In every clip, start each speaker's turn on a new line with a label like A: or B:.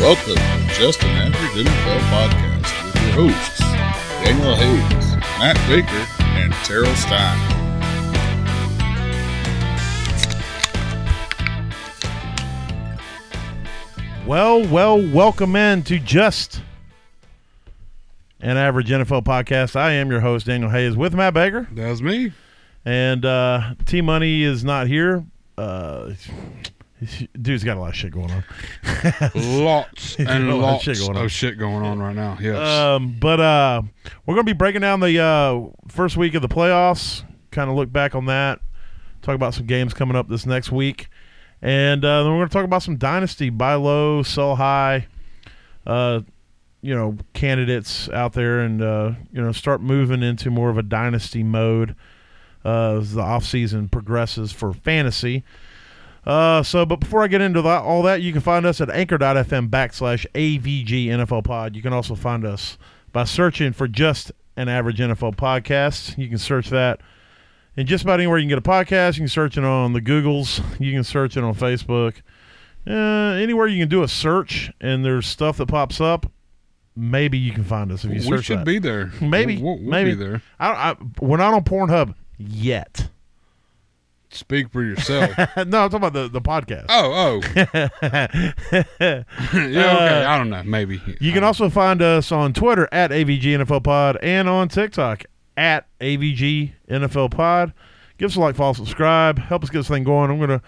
A: Welcome to Just an Average NFL Podcast with your hosts, Daniel Hayes, Matt Baker, and Terrell Stein.
B: Well, well, welcome in to Just an Average NFL Podcast. I am your host, Daniel Hayes, with Matt Baker.
A: That was me.
B: And uh, T Money is not here. Uh, dude's got a lot of shit going on.
A: Lots and
B: A lot of
A: lots
B: shit going on.
A: of shit going on right now. Yes.
B: Um, but uh, we're going to be breaking down the uh, first week of the playoffs, kind of look back on that, talk about some games coming up this next week. And uh, then we're going to talk about some dynasty buy low, sell high, uh, you know, candidates out there and, uh, you know, start moving into more of a dynasty mode uh, as the offseason progresses for fantasy. Uh, so, but before I get into that, all that, you can find us at anchor.fm backslash AVG NFL pod. You can also find us by searching for just an average NFL podcast. You can search that and just about anywhere you can get a podcast. You can search it on the Googles. You can search it on Facebook. Uh, anywhere you can do a search and there's stuff that pops up, maybe you can find us if you search
A: we should
B: that.
A: be there.
B: Maybe,
A: We'll, we'll
B: maybe.
A: be there.
B: I, I, we're not on Pornhub yet.
A: Speak for yourself.
B: no, I'm talking about the, the podcast.
A: oh, oh. yeah, okay.
B: Uh,
A: I don't know. Maybe. Uh,
B: You can
A: I-
B: also find us on Twitter at AVG NFL Pod and on TikTok at AVG NFL Pod. Give us a like, follow, subscribe. Help us get this thing going. I'm gonna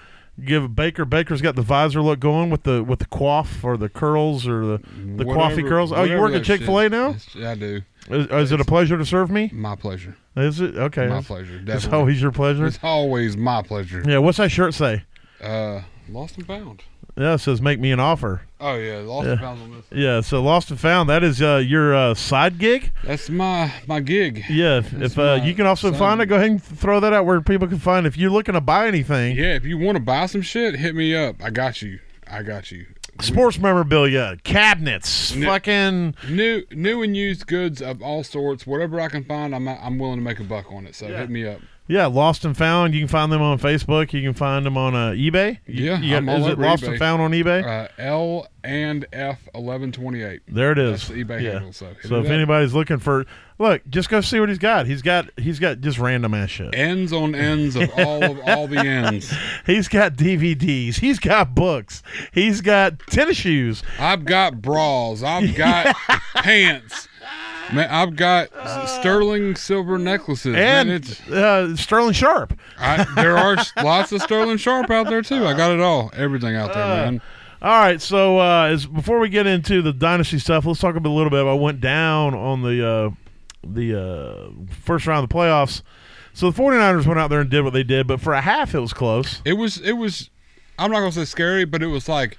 B: give Baker. Baker's got the visor look going with the with the coif or the curls or the the coffee
A: whatever-
B: curls. Oh, you
A: whatever
B: work at
A: that shit
B: Chick Fil A now?
A: is. I do.
B: Is, is it a pleasure to serve me?
A: My pleasure.
B: Is it okay?
A: My
B: it's-
A: pleasure.
B: It's
A: Definitely.
B: always your pleasure.
A: It's always my pleasure.
B: Yeah. What's that shirt say?
A: Uh, lost and found.
B: Yeah, it says make me an offer.
A: Oh yeah, lost and found on this.
B: Yeah. So lost and found. That is uh, your uh, side gig.
A: That's my my gig.
B: Yeah, if,
A: That's
B: if uh,
A: my
B: you can also
A: son.
B: find it, go ahead and th- throw that out where people can find. it. If you're looking to buy anything,
A: Yeah, if you want to buy some shit, hit me up. I got you. I got you.
B: sports memorabilia, cabinets,
A: No.
B: fucking
A: New new and used goods of all sorts, whatever I can find, I'm I'm willing to make a buck on it. So
B: Yeah.
A: hit me up.
B: yeah, lost and found. You can find them on Facebook. You can find them on uh, eBay. You-
A: Yeah,
B: you got,
A: I'm all
B: is it
A: over
B: lost
A: eBay.
B: and found on eBay?
A: Uh, L and F eleven twenty eight.
B: there it
A: That's
B: is.
A: the eBay
B: yeah.
A: handle. So hit
B: So
A: it
B: if
A: up.
B: anybody's looking for, look, just go see what he's got. He's got he's got just random ass shit.
A: ends on ends of all of all the ends.
B: He's got DVDs. He's got books. He's got tennis shoes.
A: I've got bras. I've got pants. Man, I've got s- sterling silver necklaces. Man,
B: And
A: it's,
B: uh, Sterling Sharp.
A: I, there are s- lots of sterling sharp out there too. I got it all, everything out
B: Uh.
A: there, man.
B: All right, so uh, as, before we get into the dynasty stuff, let's talk a, bit, a little bit about what went down on the uh, the uh, first round of the playoffs. So the 49ers went out there and did what they did, but for a half it was close.
A: It was it was. I'm not gonna say scary, but it was like,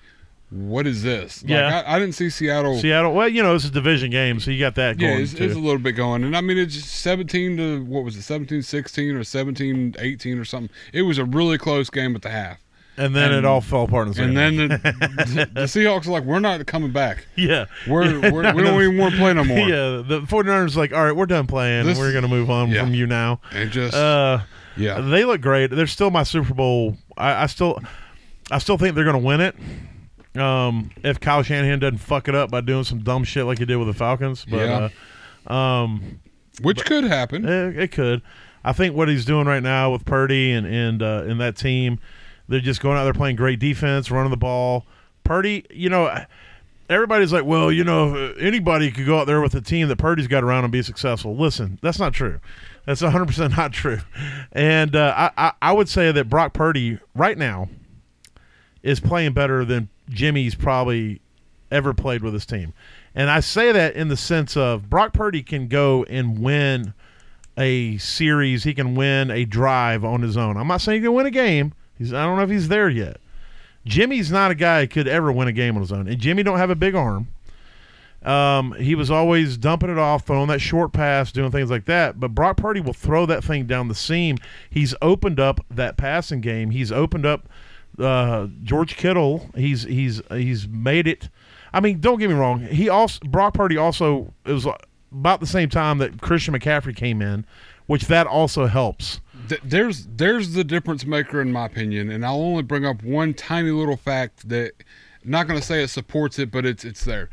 A: what is this? Like,
B: Yeah.
A: I, I didn't see Seattle.
B: Seattle, well, you know, it's a division game, so you got that
A: yeah,
B: going
A: it's,
B: too.
A: it's a little bit going, and I mean it's 17 to what was it, 17 16 or 17 18 or something. It was a really close game at the half,
B: and then it
A: and-
B: all fell apart in the second.
A: and
B: half.
A: then the, the, the Seahawks are like, we're not coming back.
B: yeah.
A: We're, we're we don't even want to play no more.
B: Yeah, the 49ers like, all right, we're done playing.
A: This-
B: we're going to move on
A: Yeah.
B: from you now.
A: And just
B: Uh,
A: yeah,
B: They look great. They're still my Super Bowl. I, I still, I still think they're going to win it. Um, if Kyle Shanahan doesn't fuck it up by doing some dumb shit like he did with the Falcons, but
A: Yeah.
B: uh, um,
A: which could happen.
B: it, it could. I think what he's doing right now with Purdy and and uh, and that team, they're just going out there playing great defense, running the ball. Purdy, you know, everybody's like, well, you know, anybody could go out there with a team that Purdy's got around and be successful. Listen, that's not true. That's 100 percent not true. And uh, I, I I would say that Brock Purdy right now is playing better than Jimmy's probably ever played with his team. And I say that in the sense of Brock Purdy can go and win a series, he can win a drive on his own. I'm not saying he can win a game. He's I don't know if he's there yet. Jimmy's not a guy who could ever win a game on his own. And Jimmy don't have a big arm. Um, he was always dumping it off, throwing that short pass, doing things like that. But Brock Purdy will throw that thing down the seam. He's opened up that passing game. He's opened up uh, George Kittle. He's he's he's made it. I mean, don't get me wrong. He also Brock Purdy also it was uh, about the same time that Christian McCaffrey came in, which that also helps.
A: Th- there's there's the difference maker in my opinion, and I'll only bring up one tiny little fact that not going to say it supports it, but it's it's there.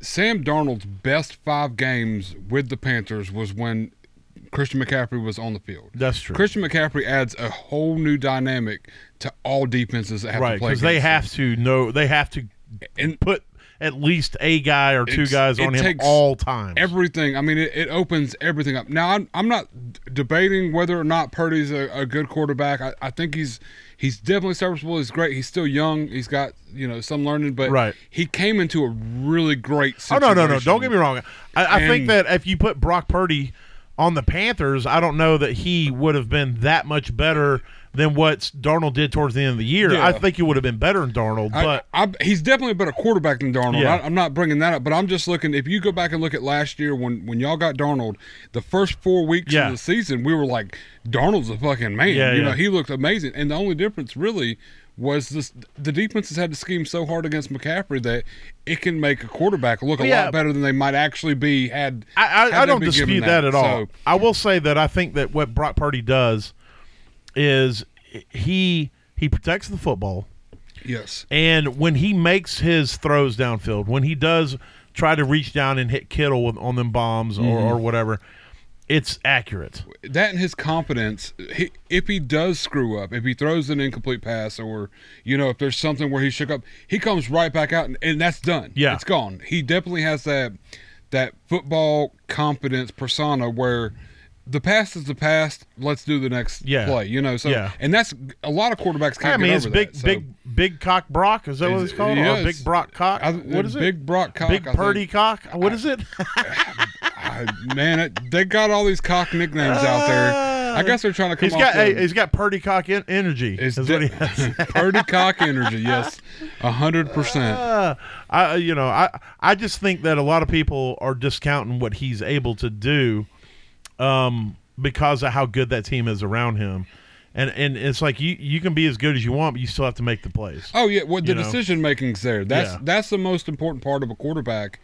A: Sam Darnold's best five games with the Panthers was when Christian McCaffrey was on the field.
B: That's true.
A: Christian McCaffrey adds a whole new dynamic to all defenses that have
B: right,
A: to play.
B: because they
A: against
B: have to know they have to
A: him. and
B: put at least a guy or two
A: It's-
B: guys
A: it
B: on him
A: takes
B: all time.
A: everything. I mean, it, it opens everything up. Now, I'm, I'm not d- debating whether or not Purdy's a, a good quarterback. I, I think he's he's definitely serviceable. He's great. He's still young. He's got you know some learning, but
B: Right.
A: he came into a really great.
B: oh
A: Situation.
B: no, no, no! Don't get me wrong. I, I think
A: And-
B: that if you put Brock Purdy on the Panthers, I don't know that he would have been that much better than what Darnold did towards the end of the year.
A: Yeah.
B: I think he would have been better than Darnold,
A: I-
B: but
A: I, he's definitely a better quarterback than Darnold.
B: Yeah.
A: I, I'm not bringing that up, but I'm just looking. If you go back and look at last year when when y'all got Darnold, the first four weeks
B: Yeah.
A: of the season, we were like, Darnold's a fucking man.
B: Yeah,
A: you
B: yeah.
A: know, he looked amazing. And the only difference really was this: the defenses had to scheme so hard against McCaffrey that it can make a quarterback look a
B: Yeah.
A: lot better than they might actually be had.
B: I,
A: had
B: I, I
A: they
B: don't
A: been given
B: dispute that, at all.
A: So,
B: I will say that I think that what Brock Purdy does is he he protects the football,
A: yes,
B: and when he makes his throws downfield, when he does try to reach down and hit Kittle with, on them bombs or,
A: Mm-hmm.
B: or whatever, it's accurate.
A: that and his confidence he, if he does screw up if he throws an incomplete pass or you know if there's something where he shook up he comes right back out and, and that's done
B: Yeah.
A: it's gone he definitely has that that football confidence persona where the past is the past let's do the next
B: Yeah.
A: play you know so
B: Yeah.
A: and that's a lot of quarterbacks can't
B: I mean,
A: get
B: it's
A: over
B: big,
A: that, so-
B: big, big cock Brock. Is that what
A: Is-
B: it's called?
A: yeah,
B: or
A: it's-
B: big Brock cock?
A: I-
B: what is it?
A: big Brock cock,
B: Big
A: I think.
B: Purdy cock. What is it?
A: I- man it, they got all these cock nicknames out there i guess they're trying to come
B: he's
A: off
B: got
A: the-
B: hey, he's got Purdy cock en- energy.
A: it's
B: Is what he has.
A: de- Purdy cock energy, yes, hundred percent.
B: Uh, I you know I I just think that a lot of people are discounting what he's able to do, um, because of how good that team is around him, and and it's like you you can be as good as you want, but you still have to make the plays.
A: Oh yeah, well the
B: You know?
A: decision making's there. That's
B: Yeah.
A: that's the most important part of a quarterback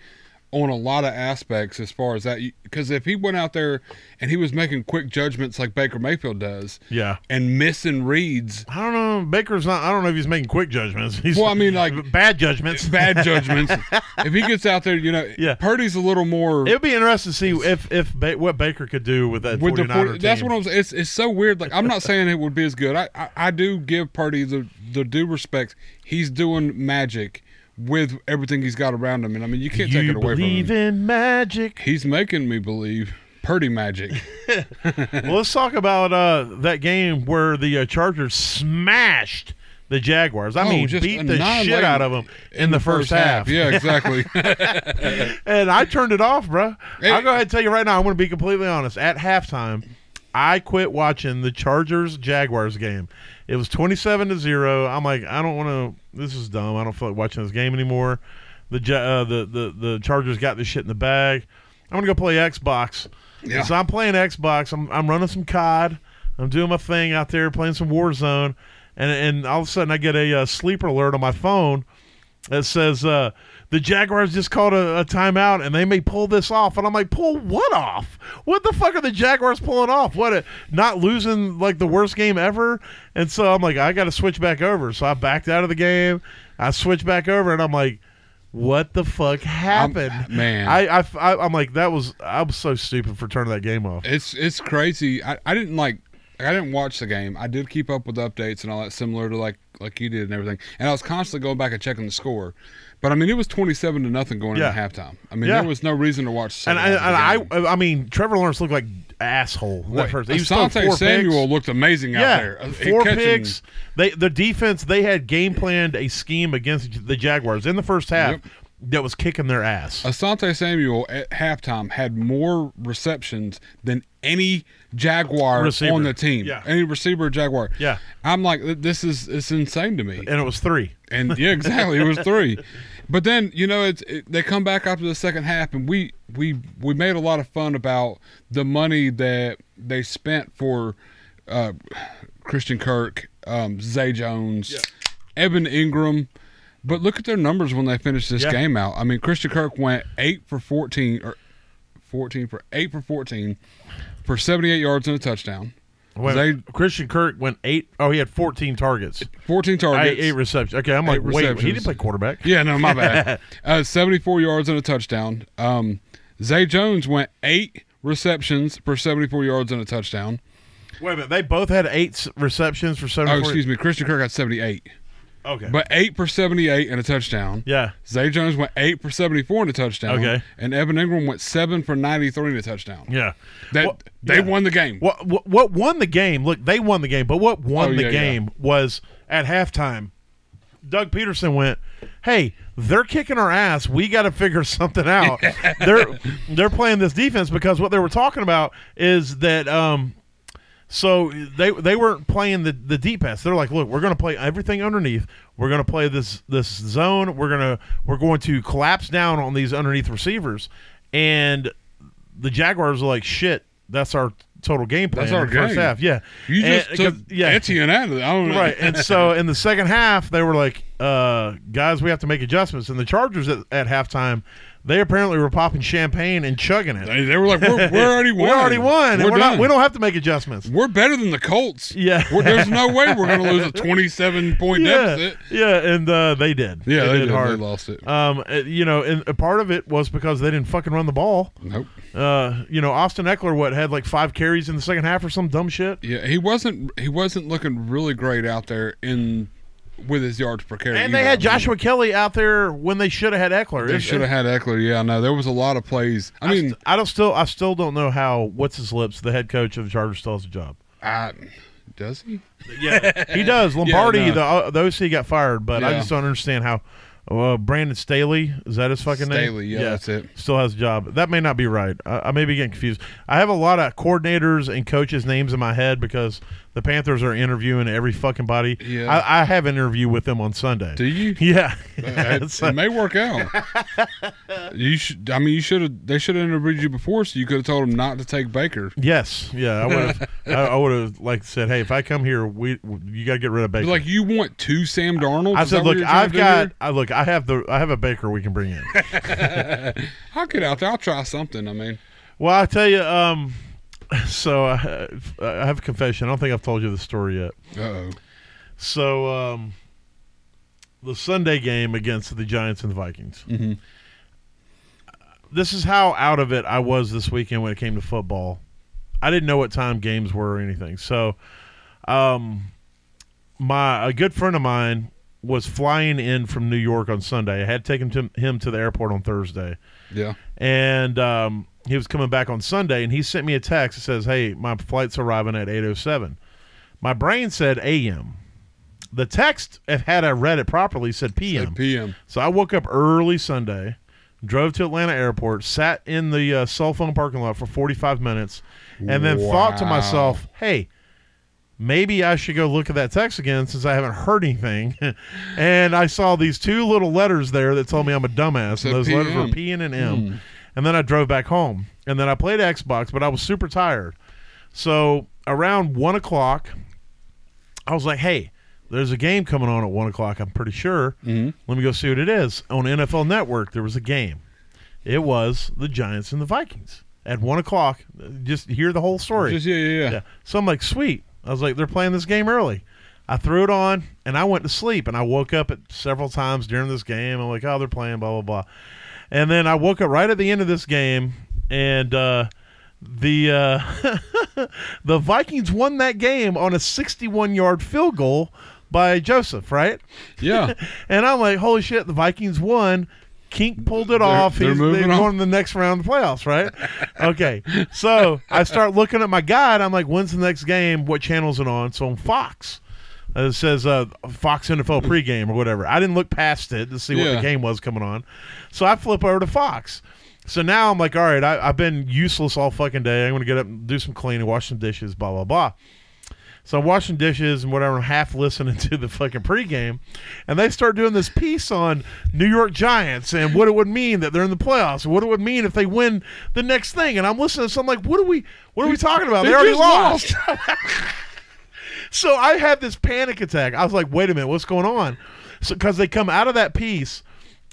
A: on a lot of aspects as far as that because if he went out there and he was making quick judgments like Baker Mayfield does
B: Yeah.
A: and missing reads,
B: I don't know. Baker's not. I don't know if he's making quick judgments. He's,
A: Well, I mean, like-
B: bad judgments.
A: bad judgments. if he gets out there, you know,
B: Yeah.
A: Purdy's a little more
B: It'd be interesting to see if if ba- what Baker could do with that
A: with
B: 49er
A: the 40,
B: team.
A: that's what I'm saying. It's, it's so weird. Like I'm not saying it would be as good. I, I, I do give Purdy the the due respect. He's doing magic with everything he's got around him, and I mean you can't take
B: you
A: it away from him.
B: believe in magic.
A: He's making me believe Purdy magic.
B: well, let's talk about uh, that game where the uh, Chargers smashed the Jaguars. I
A: Oh,
B: mean,
A: just
B: beat the shit
A: annihilated
B: out of them in, the first, half.
A: Yeah, exactly.
B: And I turned it off, bro.
A: Hey.
B: I'll go ahead and tell you right now. I'm going to be completely honest. At halftime, I quit watching the Chargers Jaguars game. It was 27 to zero. I'm like, I don't want to. This is dumb. I don't feel like watching this game anymore. The Ja- uh, the the the Chargers got this shit in the bag. I'm gonna go play Xbox.
A: Yeah.
B: So I'm playing Xbox. I'm I'm running some COD. I'm doing my thing out there, playing some Warzone, and and all of a sudden I get a uh, sleeper alert on my phone that says uh, the Jaguars just called a, a timeout and they may pull this off. And I'm like, pull what off? What the fuck are the Jaguars pulling off? What, uh, not losing like the worst game ever? And so I'm like, I got to switch back over. So I backed out of the game. I switched back over and I'm like, what the fuck happened?
A: man.
B: I, I, I, am like, that was, I was so stupid for turning that game off.
A: it's it's crazy. I, I didn't like I didn't watch the game. I did keep up with updates and all that similar to like like you did and everything. And I was constantly going back and checking the score. But I mean it was twenty seven to nothing going
B: Yeah.
A: into halftime. I mean
B: Yeah.
A: there was no reason to watch the
B: And, I,
A: second half of the
B: and
A: game.
B: I, I mean, Trevor Lawrence looked like asshole. That first, he was throwing
A: Asante
B: four picks.
A: Samuel looked amazing out
B: yeah,
A: there. Uh,
B: four
A: catching-
B: picks. They the defense they had game planned a scheme against the Jaguars in the first half
A: Yep.
B: that was kicking their ass.
A: Asante Samuel at halftime had more receptions than any Jaguar
B: Receiver.
A: on the team.
B: Yeah.
A: Any receiver or Jaguar.
B: Yeah.
A: I'm like, this is it's insane to me.
B: and it was three.
A: And yeah, exactly. It was three. But then, you know, it's it, they come back after the second half and we we we made a lot of fun about the money that they spent for uh, Christian Kirk, um, Zay Jones, Evan Ingram. But look at their numbers when they finished this
B: Yeah.
A: game out. I mean, Christian Kirk went 8 for 14 or 14 for 8 for 14 for 78 yards and a touchdown.
B: Wait,
A: They-
B: Christian Kirk went eight oh he had 14 targets.
A: 14
B: Eight,
A: targets.
B: eight receptions. Okay, I'm like,
A: Eight
B: wait, he
A: receptions.
B: didn't play quarterback.
A: Yeah, no, my bad. Uh, 74 yards and a touchdown. Um, Zay Jones went eight receptions for 74 yards and a touchdown.
B: Wait a minute, they both had eight s- receptions for
A: Oh,
B: 74.
A: excuse me. Christian Kirk got 78,
B: Okay.
A: but eight for 78 and a touchdown.
B: yeah.
A: Zay Jones went eight for 74 and a touchdown.
B: Okay.
A: And Evan Ingram went seven for 93 and a touchdown.
B: Yeah.
A: That
B: What-
A: they
B: yeah.
A: won the game.
B: What, what what won the game? Look, they won the game, but what won
A: Oh,
B: the
A: yeah, yeah.
B: game was at halftime. Doug Peterson went, "Hey, they're kicking our ass. We got to figure something out. they're they're playing this defense because what they were talking about is that um, so they they weren't playing the the deep pass. They're like, look, we're going to play everything underneath. We're going to play this this zone. We're gonna we're going to collapse down on these underneath receivers, and the Jaguars are like, shit, that's our total game plan.
A: That's our
B: in the first
A: game.
B: half. Yeah,
A: You
B: And-
A: just took
B: 'cause-
A: Etienne out of it. I don't know.
B: right. And so in the second half, they were like, uh, guys, we have to make adjustments. And the Chargers at, at halftime, they apparently were popping champagne and chugging it.
A: They, they were like, we're, we're already won.
B: We already won. and
A: We're
B: we're not,
A: done.
B: we don't have to make adjustments.
A: We're better than the Colts.
B: Yeah.
A: We're, there's no way we're going to lose a 27 point
B: Yeah,
A: deficit.
B: yeah, and uh, they did.
A: Yeah, they, did.
B: hard.
A: They lost it.
B: Um, uh, you know, and a part of it was because they didn't fucking run the ball.
A: nope.
B: Uh, you know, Austin Eckler what had like five carries in the second half or some dumb shit.
A: Yeah, he wasn't. He wasn't looking really great out there in with his yards per carry.
B: And they
A: either.
B: had Joshua Kelly out there when they should have had Eckler.
A: They
B: It's-
A: should have had Eckler. Yeah, no, there was a lot of plays. I mean,
B: I don't still I still don't know how what's his lips the head coach of the Chargers still has a job.
A: I, does he?
B: Yeah, he does. Lombardi,
A: no.
B: the uh, the OC got fired, but I
A: Yeah.
B: just don't understand how. Uh, Brandon Staley is that his fucking name?
A: Staley, yeah, that's it.
B: Still has a job. That may not be right. I, I may be getting confused. I have a lot of coordinators and coaches' names in my head because the Panthers are interviewing every fucking body.
A: Yeah.
B: I, I have an interview with them on Sunday.
A: Do you?
B: Yeah.
A: It,
B: So-
A: it may work out. you should. I mean, you should have. They should have interviewed you before, so you could have told him not to take Baker.
B: yes. Yeah. I would have. I, I would have like said, hey, if I come here, we you got to get rid of Baker.
A: Like you want two Sam Darnold?
B: I
A: Is that
B: said,
A: what
B: look,
A: you're trying
B: I've
A: to do
B: got,
A: here?
B: I look, I have the, I have a baker we can bring in.
A: I'll get out there. I'll try something. I mean,
B: well, I tell you, um, so I, I have a confession. I don't think I've told you the story yet.
A: uh oh.
B: So, um, the Sunday game against the Giants and the Vikings.
A: Mhm.
B: This is how out of it I was this weekend when it came to football. I didn't know what time games were or anything. So, um, my a good friend of mine was flying in from New York on Sunday. I had taken to, him to the airport on Thursday.
A: Yeah.
B: and um, he was coming back on Sunday, and he sent me a text that says, "Hey, my flight's arriving at 8:07." My brain said a.m. The text, if had I read it properly, said p.m.
A: At PM.
B: So I woke up early Sunday, drove to Atlanta Airport, sat in the uh, cell phone parking lot for 45 minutes, and then thought to
A: Wow.
B: myself, hey, maybe I should go look at that text again since I haven't heard anything. and I saw these two little letters there that told me I'm a dumbass,
A: said
B: and those letters were
A: PM.
B: P and an M. Hmm. And then I drove back home, and then I played Xbox, but I was super tired. So around one o'clock, I was like, hey, there's a game coming on at one o'clock, I'm pretty sure.
A: Mhm.
B: Let me go see what it is. On NFL Network, there was a game. It was the Giants and the Vikings at one o'clock. Just hear the whole story.
A: Just, yeah, yeah, yeah.
B: Yeah. So I'm like, sweet. I was like, they're playing this game early. I threw it on and I went to sleep and I woke up at several times during this game. I'm like, oh, they're playing, blah, blah, blah. And then I woke up right at the end of this game and uh, the uh, the Vikings won that game on a 61 yard field goal by Joseph, right?
A: Yeah.
B: And I'm like, holy shit, the Vikings won. Kink pulled it
A: They're-
B: off.
A: they're
B: He's
A: moving
B: they're
A: on.
B: going to the next round of the playoffs, right? okay. So I start looking at my guide. I'm like, when's the next game? What channel's it on? So on Fox. Uh, It says uh, Fox NFL pregame or whatever. I didn't look past it to see what
A: Yeah.
B: the game was coming on. So I flip over to Fox. So now I'm like, all right, I, I've been useless all fucking day. I'm going to get up and do some cleaning, wash some dishes, blah, blah, blah. So I'm washing dishes and whatever. I'm half listening to the fucking pregame, and they start doing this piece on New York Giants and what it would mean that they're in the playoffs, and what it would mean if they win the next thing. And I'm listening to something like, "What are we? What are we talking about? They,
A: They
B: already
A: just
B: lost." so I had this panic attack. I was like, "Wait a minute, what's going on?" So because they come out of that piece,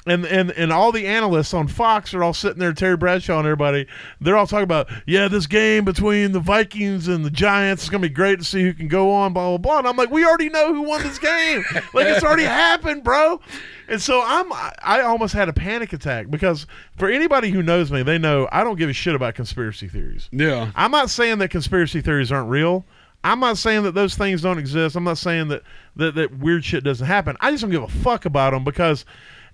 B: and and and all the analysts on Fox are all sitting there, Terry Bradshaw and everybody. They're all talking about, yeah, this game between the Vikings and the Giants is gonna be great to see who can go on, blah blah blah. And I'm like, we already know who won this game. like it's already happened, bro. And so I'm I I almost had a panic attack because for anybody who knows me, they know I don't give a shit about conspiracy theories.
A: Yeah.
B: I'm not saying that conspiracy theories aren't real. I'm not saying that those things don't exist. I'm not saying that that, that weird shit doesn't happen. I just don't give a fuck about them because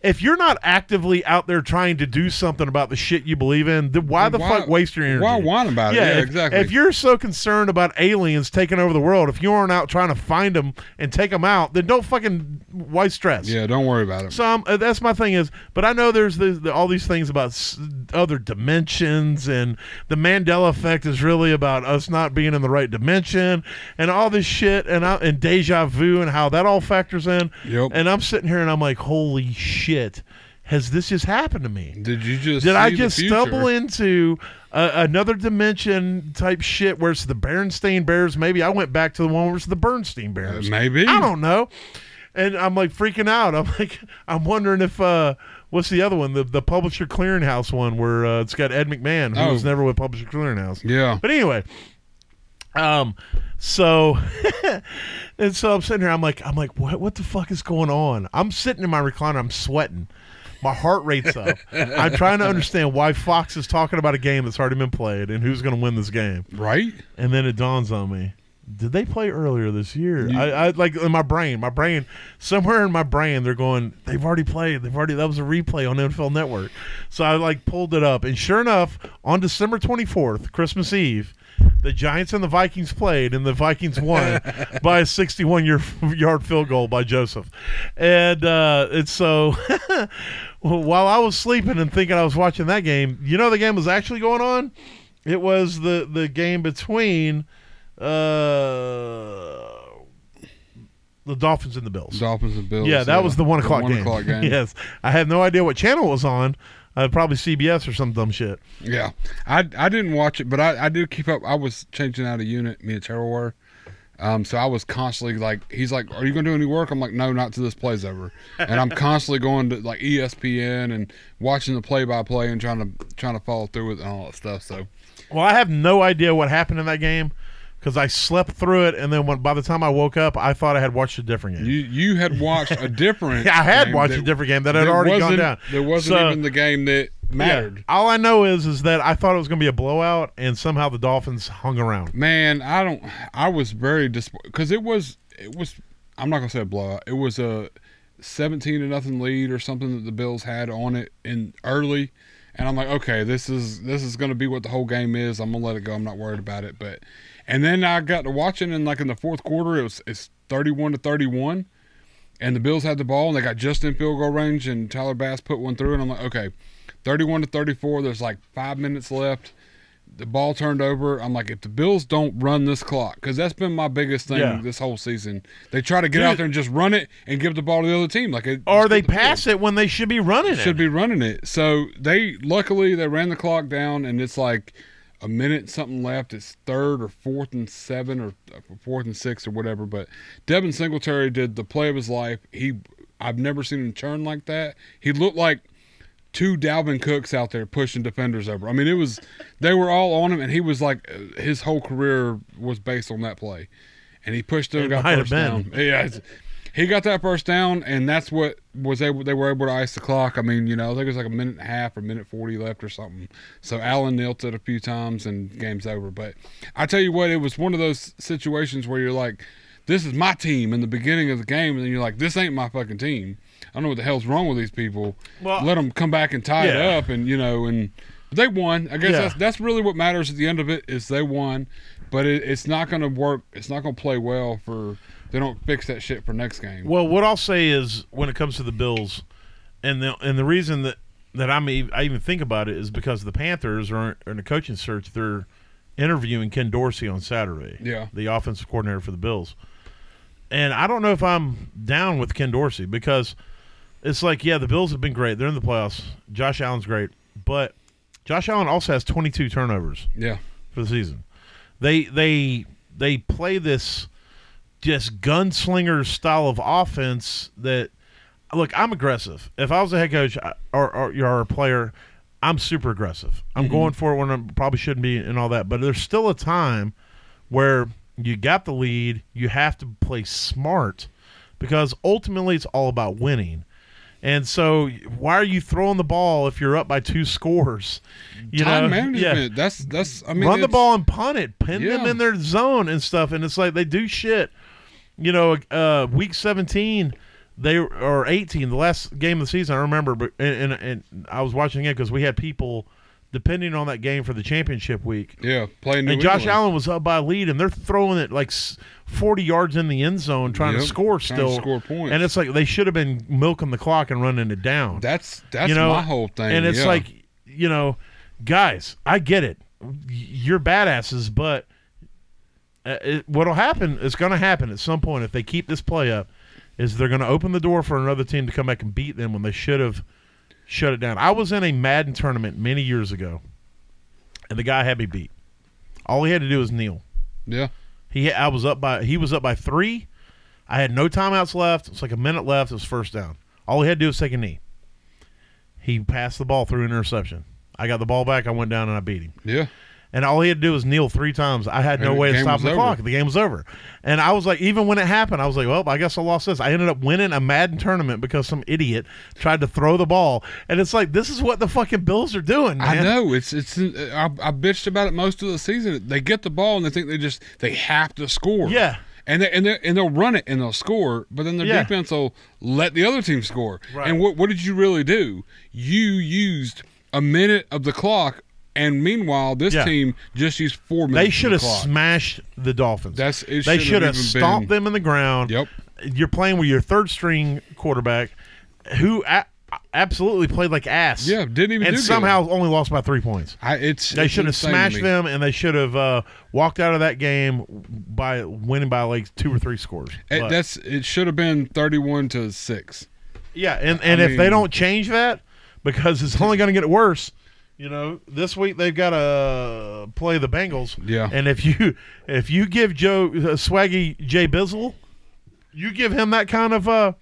B: if you're not actively out there trying to do something about the shit you believe in, then why the
A: Why-
B: fuck waste your energy?
A: why whine about it? Yeah,
B: if-
A: exactly.
B: If you're so concerned about aliens taking over the world, if you aren't out trying to find them and take them out, then don't fucking why stress?
A: Yeah, don't worry about it.
B: some uh, that's my thing is but i know there's the, the, all these things about s- other dimensions and the mandela effect is really about us not being in the right dimension and all this shit and I, and deja vu and how that all factors in
A: Yep.
B: and i'm sitting here and i'm like holy shit has this just happened to me
A: Did you just
B: did I
A: see the
B: just
A: future?
B: stumble into uh, another dimension type shit where it's the Bernstein Bears? Maybe I went back to the one where it's the Bernstein Bears.
A: Uh, maybe.
B: I don't know. And I'm like freaking out. I'm like, I'm wondering if uh, what's the other one? The the Publisher Clearinghouse one where uh, it's got Ed McMahon, who
A: Oh.
B: was never with Publisher Clearinghouse.
A: Yeah.
B: But anyway, um, so and so I'm sitting here. I'm like, I'm like, what? What the fuck is going on? I'm sitting in my recliner. I'm sweating. My heart rate's up. I'm trying to understand why Fox is talking about a game that's already been played and who's going to win this game.
A: Right?
B: And then it dawns on me. Did they play earlier this year? I, I like in my brain, my brain, somewhere in my brain, they're going. They've already played. They've already. That was a replay on NFL Network. So I like pulled it up, and sure enough, on December twenty fourth, Christmas Eve, the Giants and the Vikings played, and the Vikings won by a sixty one year, yard field goal by Joseph. And uh, and so while I was sleeping and thinking I was watching that game, you know, the game was actually going on. It was the the game between uh, the Dolphins and the Bills.
A: Dolphins and Bills.
B: yeah, that was the one o'clock
A: one
B: game.
A: O'clock game.
B: yes, I have no idea what channel it was on. Uh, probably CBS or some dumb shit.
A: Yeah, I I didn't watch it, but I I do keep up. I was changing out a unit. Me and Terrell were. Um, so I was constantly like, he's like, "Are you gonna do any work?" I'm like, "No, not till this play's over." And I'm constantly going to like E ESPN and watching the play-by-play and trying to trying to follow through with it and all that stuff. So
B: Well, I have no idea what happened in that game because I slept through it, and then when, by the time I woke up, I thought I had watched a different game.
A: you you had watched a different.
B: Yeah, I had
A: game
B: watched
A: that-
B: a different game that had
A: that
B: already gone
A: wasn't-
B: down.
A: There wasn't
B: So-
A: even the game that mattered.
B: Yeah. All I know is is that I thought it was going to be a blowout, and somehow the Dolphins hung around.
A: Man, I don't. I was very disappointed because it was it was. I'm not gonna say a blowout. It was a 17 to nothing lead or something that the Bills had on it in early, and I'm like, okay, this is this is gonna be what the whole game is. I'm gonna let it go. I'm not worried about it. But and then I got to watching and like in the fourth quarter, it was it's 31 to 31, and the Bills had the ball and they got just in field goal range and Tyler Bass put one through and I'm like, okay, 31 to 34. There's like five minutes left. The ball turned over. I'm like, if the Bills don't run this clock, because that's been my biggest thing
B: Yeah.
A: this whole season. They try to get out there and just run it and give the ball to the other team. Like, it,
B: Or they pass it when they should be running it.
A: should be running it. So they luckily they ran the clock down, and it's like a minute something left. It's third or fourth and seven or or fourth and six or whatever. But Devin Singletary did the play of his life. He I've never seen him turn like that. He looked like two Dalvin Cooks out there pushing defenders over. I mean, it was they were all on him, and he was like uh, his whole career was based on that play. And he pushed through and got
B: might have
A: first
B: been.
A: down. Yeah, it's- he got that first down, and that's what was able. They were able to ice the clock. I mean, you know, I think it was like a minute and a half or minute forty left or something. So Allen knelt it a few times, and game's over. But I tell you what, it was one of those situations where you're like, "This is my team" in the beginning of the game, and then you're like, "This ain't my fucking team." I don't know what the hell's wrong with these people.
B: Well-
A: Let them come back and tie
B: Yeah.
A: it up, and you know, and they won. I guess
B: Yeah.
A: that's that's really what matters at the end of it is they won, but it, it's not going to work. It's not going to play well for. They don't fix that shit for next game.
B: Well, what I'll say is when it comes to the Bills, and the and the reason that that I'm ev- I even think about it is because the Panthers are in a coaching search. They're interviewing Ken Dorsey on Saturday.
A: Yeah.
B: the offensive coordinator for the Bills. And I don't know if I'm down with Ken Dorsey because it's like, yeah, the Bills have been great. They're in the playoffs. Josh Allen's great, but Josh Allen also has 22 turnovers
A: Yeah,
B: for the season. They they they play this just gunslinger style of offense that look, I'm aggressive. If I was a head coach I- or, or you're a player, I'm super aggressive. I'm
A: Mm-hmm.
B: going for it when I probably shouldn't be and all that. But there's still a time where you got the lead, you have to play smart because ultimately it's all about winning. And so, why are you throwing the ball if you're up by two scores? You
A: Time
B: know,
A: management. That's that's. I mean,
B: run the
A: it's-
B: ball and punt it, pin them
A: Yeah.
B: in their zone and stuff. And it's like they do shit. You know, uh, week seventeen, they or eighteen, the last game of the season. I remember, but and and, and I was watching it because we had people depending on that game for the championship week.
A: Yeah, playing New
B: and Josh
A: England.
B: Allen was up by a lead, and they're throwing it like s- forty yards in the end zone, trying to
A: Yep,
B: score
A: trying to
B: still,
A: score points.
B: And it's like they should have been milking the clock and running it down
A: That's that's
B: you know
A: my whole thing.
B: and it's
A: yeah.
B: like you know guys i get it Y- you're badasses but uh, it, what'll happen is going to happen at some point if they keep this play up is they're going to open the door for another team to come back and beat them when they should have shut it down i was in a madden tournament many years ago and the guy had me beat all he had to do was kneel
A: yeah,
B: he I was up by he was up by three. I had no timeouts left. It's like a minute left. It was first down. All he had to do was take a knee. He passed the ball through an interception. I got the ball back. I went down and I beat him.
A: yeah.
B: And all he had to do was kneel three times. I had no
A: And the
B: way to
A: game
B: stop
A: was
B: the
A: over.
B: clock. The game was over. And I was like, even when it happened, I was like, well, I guess I lost this. I ended up winning a Madden tournament because some idiot tried to throw the ball. And it's like, this is what the fucking Bills are doing, man.
A: I know it's it's. I, I bitched about it most of the season. They get the ball and they think they just they have to score.
B: Yeah.
A: And they and they and they'll run it and they'll score, but then their
B: Yeah.
A: defense will let the other team score.
B: Right.
A: And what what did you really do? You used a minute of the clock, and meanwhile this
B: Yeah.
A: team just used four minutes.
B: They should
A: of
B: have
A: the clock.
B: smashed the Dolphins.
A: That's- it
B: they
A: shouldn't
B: should
A: have
B: have
A: even
B: stomped
A: been-
B: them in the ground.
A: Yep.
B: You're playing with your third string quarterback, who a- absolutely played like ass.
A: Yeah, didn't even
B: and
A: do good.
B: somehow only lost by three points.
A: I, it's
B: They
A: it's
B: should have
A: insane to
B: smashed
A: me.
B: them, and they should have uh, walked out of that game by winning by like two or three scores.
A: It,
B: But-
A: that's it. Should have been thirty-one to six.
B: yeah, and and if they
A: mean-
B: don't change that, because it's only going to get worse. You know, this week they've got to play the Bengals.
A: Yeah.
B: and if you if you give Joe uh, Swaggy Jay Bizzle, you give him that kind of uh,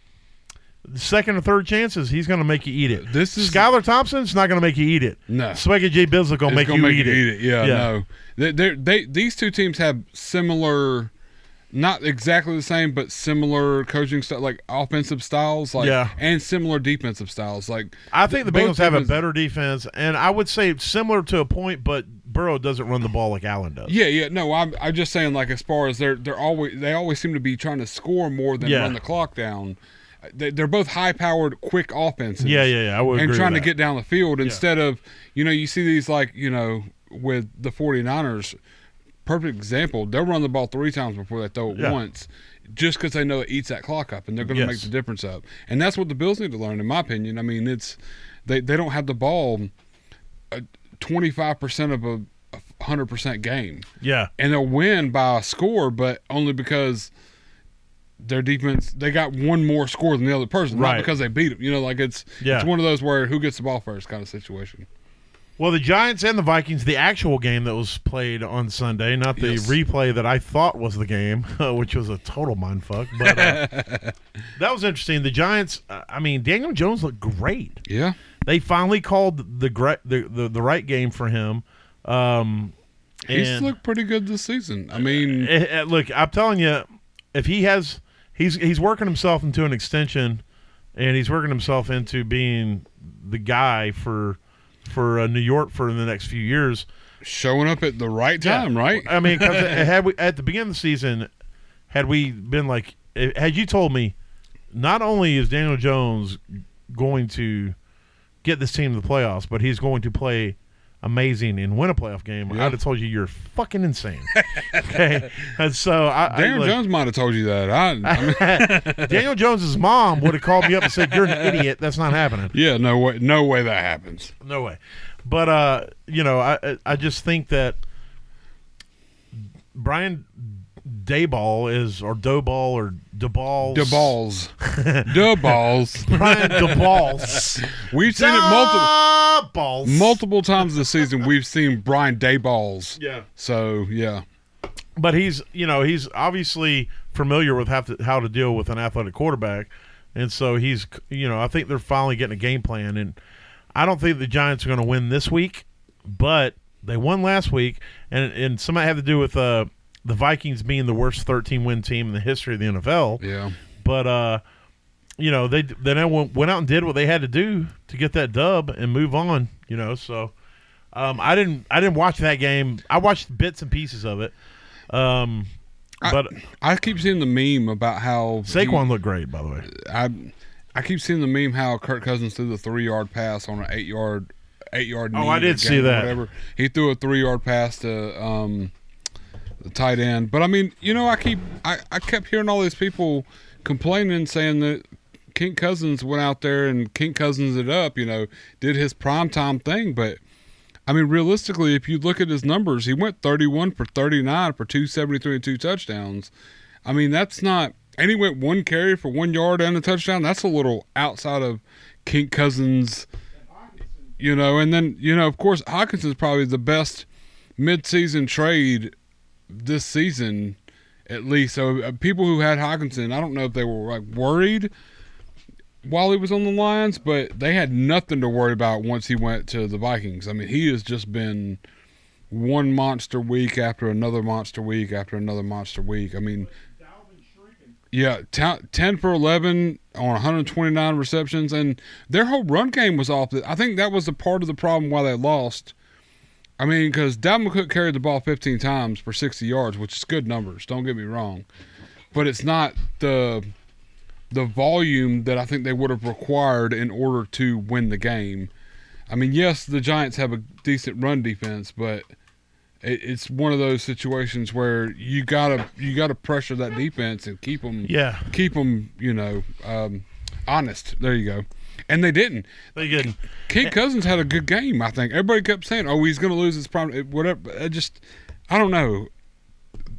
B: second or third chances, he's going to make you eat it.
A: This is-
B: Skylar Thompson's not going to make you eat it.
A: No.
B: Swaggy Jay Bizzle going to make
A: It's gonna
B: you eat it.
A: Yeah, no. They, they're- they these two teams have similar, not exactly the same, but similar coaching stuff, like offensive styles, like
B: Yeah.
A: and similar defensive styles. Like
B: I think the Bengals
A: Both
B: have a
A: defenses-
B: better defense, and I would say similar to a point, but Burrow doesn't run the ball like Allen does.
A: yeah, yeah. No, I'm I'm just saying like as far as they're they're always they always seem to be trying to score more than
B: Yeah.
A: run the clock down. They, they're both high powered, quick offenses.
B: Yeah, yeah, yeah. I would
A: and
B: agree
A: trying
B: with
A: to
B: that.
A: get down the field instead of you know you see these like you know with the 49ers perfect example they'll run the ball three times before they throw it
B: Yeah.
A: once just because they know it eats that clock up and they're going to
B: Yes.
A: make the difference up and that's what the bills need to learn in my opinion i mean it's they, they don't have the ball uh, 25% of a a 100% game
B: yeah.
A: and they'll win by a score but only because their defense they got one more score than the other person
B: Right.
A: not because they beat them you know like it's
B: Yeah.
A: it's one of those where who gets the ball first kind of situation
B: Well, the Giants and the Vikings, the actual game that was played on Sunday, not the
A: Yes.
B: replay that I thought was the game, which was a total mindfuck. But uh, that was interesting. The Giants, uh, I mean, Daniel Jones looked great.
A: yeah
B: They finally called the gre- the, the, the right game for him. Um,
A: he's
B: and-
A: looked pretty good this season i mean
B: Eh, eh, look, I'm telling you, if he has, he's he's working himself into an extension, and he's working himself into being the guy for for uh, New York for the next few years.
A: showing up at the right time
B: Yeah.
A: right
B: I mean, 'cause had we at the beginning of the season, had we been like, eh, had you told me, not only is Daniel Jones going to get this team to the playoffs, but he's going to play amazing and win a playoff game,
A: Yeah.
B: I'd have told you you're fucking insane. okay, and so I, I-
A: Daniel
B: look,
A: Jones might have told you that. I, I mean,
B: Daniel Jones's mom would have called me up and said, "You're an idiot. That's not happening."
A: yeah, no way, no way that happens.
B: No way. But uh, you know, I I- I just think that Brian Dayball is or Doball or DeBall.
A: The balls, the balls.
B: Brian DeBalls.
A: We've seen it multiple,
B: Balls.
A: multiple times this season. We've seen Brian Dayballs.
B: Yeah.
A: So yeah,
B: But he's you know he's obviously familiar with how to how to deal with an athletic quarterback. and so he's you know I think they're finally getting a game plan, and I don't think the Giants are going to win this week, but they won last week, and and some might have to do with uh, the Vikings being the worst 13 win team in the history of the NFL.
A: Yeah.
B: But uh, you know they they now went, went out and did what they had to do to get that dub and move on. You know, so um, I didn't I didn't watch that game. I watched bits and pieces of it. Um,
A: I-
B: but
A: I keep seeing the meme about how he-
B: Saquon looked great, by the way.
A: I I keep seeing the meme how Kirk Cousins threw the three yard pass on an eight yard eight yard.
B: Oh, I did see that.
A: Whatever he threw a three yard pass to um, the tight end. But I mean, you know, I keep I, I kept hearing all these people complaining saying that King Cousins went out there and King Cousins it up. You know, did his primetime thing, but. I mean, realistically, if you look at his numbers, he went 31 for 39 for 273 and two touchdowns. I mean, that's not. And he went one carry for one yard and a touchdown. That's a little outside of Kink Cousins, you know. And then, you know, of course, Hawkinson's probably the best midseason trade this season, at least. So uh, people who had Hawkinson, I don't know if they were like worried while he was on the Lions, but they had nothing to worry about once he went to the Vikings. I mean, he has just been one monster week after another monster week after another monster week. I mean, yeah, ta- 10 for 11 on 129 receptions, and their whole run game was off. I think that was the part of the problem why they lost. I mean, because Dalvin Cook carried the ball 15 times for 60 yards, which is good numbers. Don't get me wrong, but it's not the the volume that I think they would have required in order to win the game. I mean, yes, the Giants have a decent run defense, but it, it's one of those situations where you gotta you gotta pressure that defense and keep them
B: Yeah,
A: keep them you know um, honest. There you go. And they didn't.
B: they did.
A: Kate Cousins had a good game. I think everybody kept saying, "Oh, he's going to lose his prime." it- Whatever. I just, I don't know.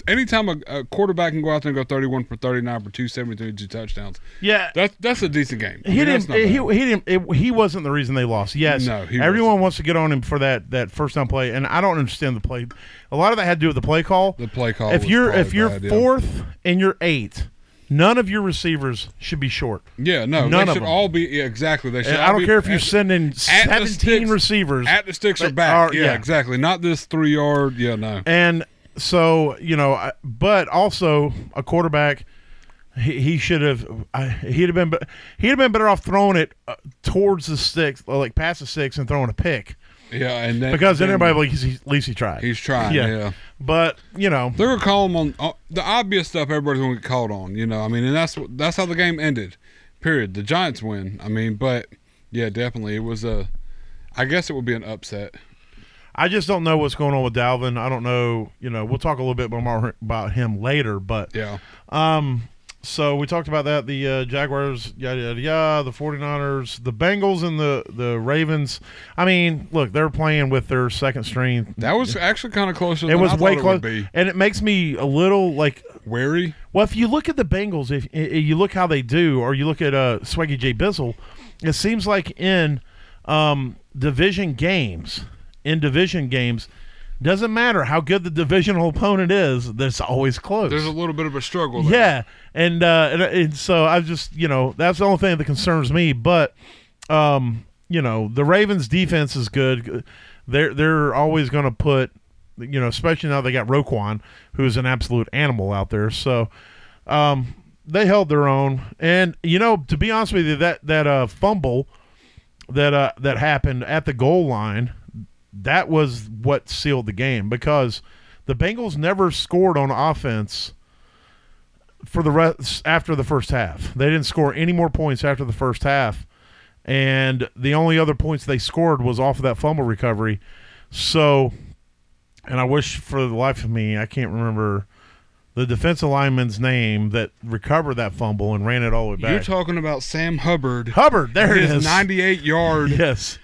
A: Anytime a, a quarterback can go out there and go thirty-one for thirty-nine for two seventy-three, two touchdowns,
B: Yeah,
A: that's that's a decent game. I
B: he
A: mean, that's not
B: didn't. He,
A: bad.
B: he didn't. It, he wasn't the reason they lost. Yes,
A: No, he
B: everyone wants to get on him for that that first down play, and I don't understand the play. A lot of that had to do with the play call.
A: the play call.
B: if
A: was
B: you're
A: probably
B: if you're
A: bad, yeah.
B: fourth and you're eight, none of your receivers should be short.
A: yeah, no,
B: none
A: they
B: of
A: should
B: them.
A: all be yeah, exactly. They should.
B: And
A: all
B: I
A: be
B: don't care if you
A: at-
B: send in
A: at the
B: seventeen
A: sticks-
B: receivers.
A: at the sticks or
B: but
A: back.
B: are-
A: yeah,
B: yeah.
A: exactly. Not this three-yard. Yeah, no.
B: And so, you know, I- but also a quarterback, he, he should have I- he'd have been be- he'd have been better off throwing it uh, towards the sticks, or, like past the sticks, and throwing a pick
A: Yeah, and then,
B: because then
A: then
B: everybody believes he, at least he tried.
A: he's trying.
B: Yeah.
A: yeah.
B: but you know,
A: They're gonna call him on uh, the obvious stuff. Everybody's gonna get called on, you know. I mean, and that's what- that's how the game ended. Period. The Giants win. I mean, but yeah, definitely it was a. I guess it would be an upset.
B: I just don't know what's going on with Dalvin. I don't know. You know, we'll talk a little bit more about him later. But
A: Yeah,
B: um, so we talked about that. The uh, Jaguars, yada yada yada. The 49ers, the Bengals, and the the Ravens. I mean, look, they're playing with their second string.
A: that was actually kind of closer.
B: It
A: than I
B: was
A: thought
B: way
A: it
B: close,
A: Would be.
B: and it makes me a little like.
A: Wary.
B: Well, if you look at the Bengals, if, i i- you look how they do, or you look at uh, Swaggy J Bizzle, it seems like in um, division games, in division games, doesn't matter how good the divisional opponent is, that's always close.
A: There's a little bit of a struggle. There.
B: Yeah, and, uh, and and so I just you know that's the only thing that concerns me. But um, you know the Ravens' defense is good. They're they're always going to put you know especially now they got Roquan who's an absolute animal out there. So um, they held their own. And you know to be honest with you that that uh, fumble that uh, that happened at the goal line that was what sealed the game because the Bengals never scored on offense for the rest after the first half. They didn't score any more points after the first half, and the only other points they scored was off of that fumble recovery. So, and I wish for the life of me I can't remember the defensive lineman's name that recovered that fumble and ran it all the way back.
A: You're talking about Sam Hubbard.
B: Hubbard, there it
A: His
B: is.
A: 98 yard,
B: yes.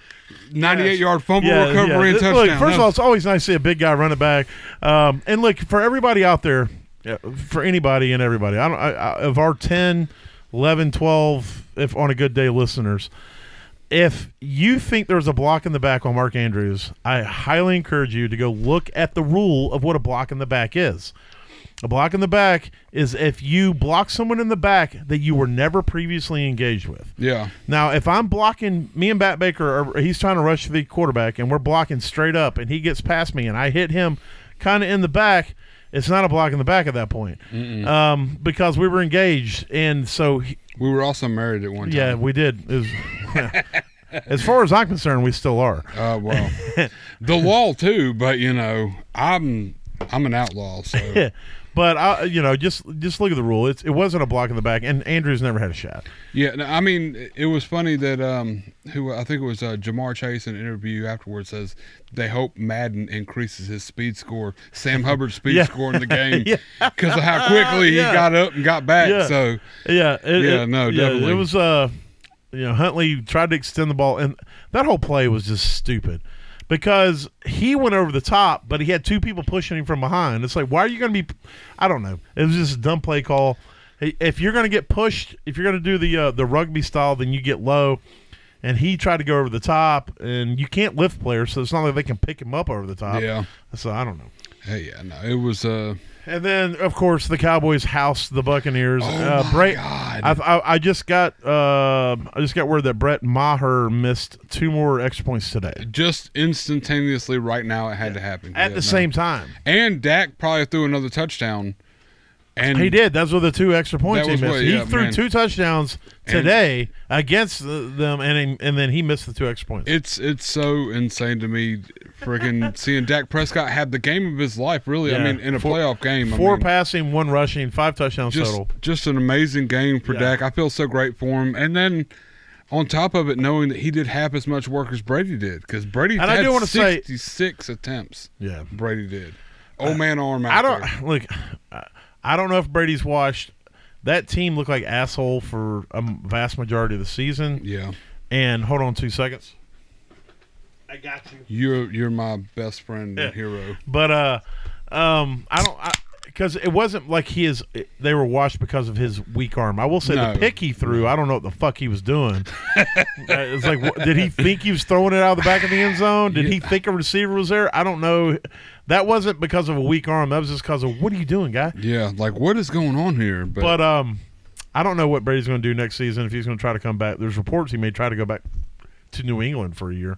A: 98
B: Yes.
A: yard fumble
B: Yeah,
A: recovery
B: yeah.
A: and
B: Th-
A: touchdown.
B: Look, first of all, it's always nice to see a big guy running back. Um, and look for everybody out there, uh, for anybody and everybody. I don't I, I, of our 10, 11, 12, if on a good day, listeners. If you think there's a block in the back on Mark Andrews, I highly encourage you to go look at the rule of what a block in the back is. A block in the back is if you block someone in the back that you were never previously engaged with.
A: Yeah.
B: Now, if I'm blocking me and Bat Baker, are, he's trying to rush the quarterback, and we're blocking straight up, and he gets past me, and I hit him kind of in the back. It's not a block in the back at that point um, because we were engaged, and so he-
A: We were also married at one time.
B: yeah, we did. It was- as far as I'm concerned, we still are.
A: Uh, well, the law too, but you know, I'm I'm an outlaw, so
B: but I, you know, just just look at the rule. It's, it wasn't a block in the back, and Andrews never had a shot.
A: yeah. No, I mean, it was funny that um, who I think it was uh, Jamar Chase in an interview afterwards says they hope Madden increases his speed score, Sam Hubbard's speed
B: Yeah.
A: score in the game,
B: Yeah.
A: because of how quickly
B: Yeah.
A: he got up and got back.
B: Yeah.
A: So
B: Yeah, it,
A: Yeah,
B: it-
A: no, definitely.
B: It was uh, you know, Huntley tried to extend the ball, and that whole play was just stupid because he went over the top, but he had two people pushing him from behind. It's like, why are you going to be? I don't know. It was just a dumb play call. Hey, If you're going to get pushed, if you're going to do the uh, the rugby style, then you get low. And he tried to go over the top, and you can't lift players, so it's not like they can pick him up over the top.
A: Yeah.
B: So I don't know.
A: hey, yeah, no, it was. Uh,
B: And then, of course, the Cowboys housed the Buccaneers. uh,
A: Oh, my
B: Brett-
A: God.
B: I, I, I just got uh, I just got word that Brett Maher missed two more extra points today
A: just instantaneously right now it had to happen
B: at
A: Yeah,
B: the
A: no.
B: same time.
A: and Dak probably threw another touchdown and
B: He did. Those were the two extra points
A: That
B: he
A: was
B: missed.
A: what-
B: he
A: yeah,
B: threw
A: man.
B: two touchdowns today against the, them, and and then he missed the two extra points.
A: it's it's so insane to me freaking seeing Dak Prescott have the game of his life really I
B: Yeah.
A: mean in a
B: Four-
A: playoff game I
B: Four
A: mean,
B: passing, one rushing, five touchdowns
A: just
B: total.
A: just an amazing game for
B: Yeah.
A: Dak I feel so great for him and then on top of it knowing that he did half as much work as Brady did because Brady
B: And I
A: had
B: do wanna say-
A: 66 attempts
B: Yeah. Uh,
A: Brady did old man arm out
B: I
A: there.
B: don't look. I- I don't know if Brady's washed. That team looked like asshole for a vast majority of the season.
A: yeah
B: And hold on two seconds. I got you.
A: you're you're my best friend
B: Yeah.
A: and hero
B: But uh, um, I don't because it wasn't like he is. They were washed because of his weak arm. I will say
A: No.
B: the pick he threw. I don't know what the fuck he was doing. Uh, it's like, wha- did he think he was throwing it out of the back of the end zone? Did he think a receiver was there? I don't know. That wasn't because of a weak arm. That was just because of what are you doing, guy?
A: yeah like what is going on here
B: But um, I don't know what Brady's going to do next season if he's going to try to come back. There's reports he may try to go back to New England for a year.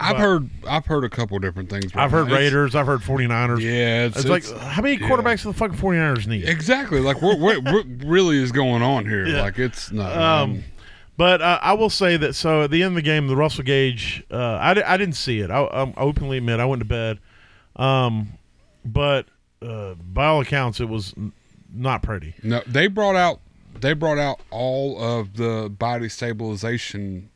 A: I've
B: But-
A: heard I've heard a couple different things. right
B: I've heard
A: now. It's-
B: Raiders. I've heard 49ers.
A: Yeah, it's,
B: It's, like,
A: it's-
B: how many
A: yeah.
B: quarterbacks do the fucking 49ers need?
A: exactly like what, what, what really is going on here?
B: Yeah.
A: Like it's not.
B: Um, but uh, I will say that so at the end of the game, the Russell Gage, uh, I, di- I didn't see it. I, I openly admit I went to bed. Um, but uh, by all accounts, it was n- not pretty.
A: no, they brought out they brought out all of the body stabilization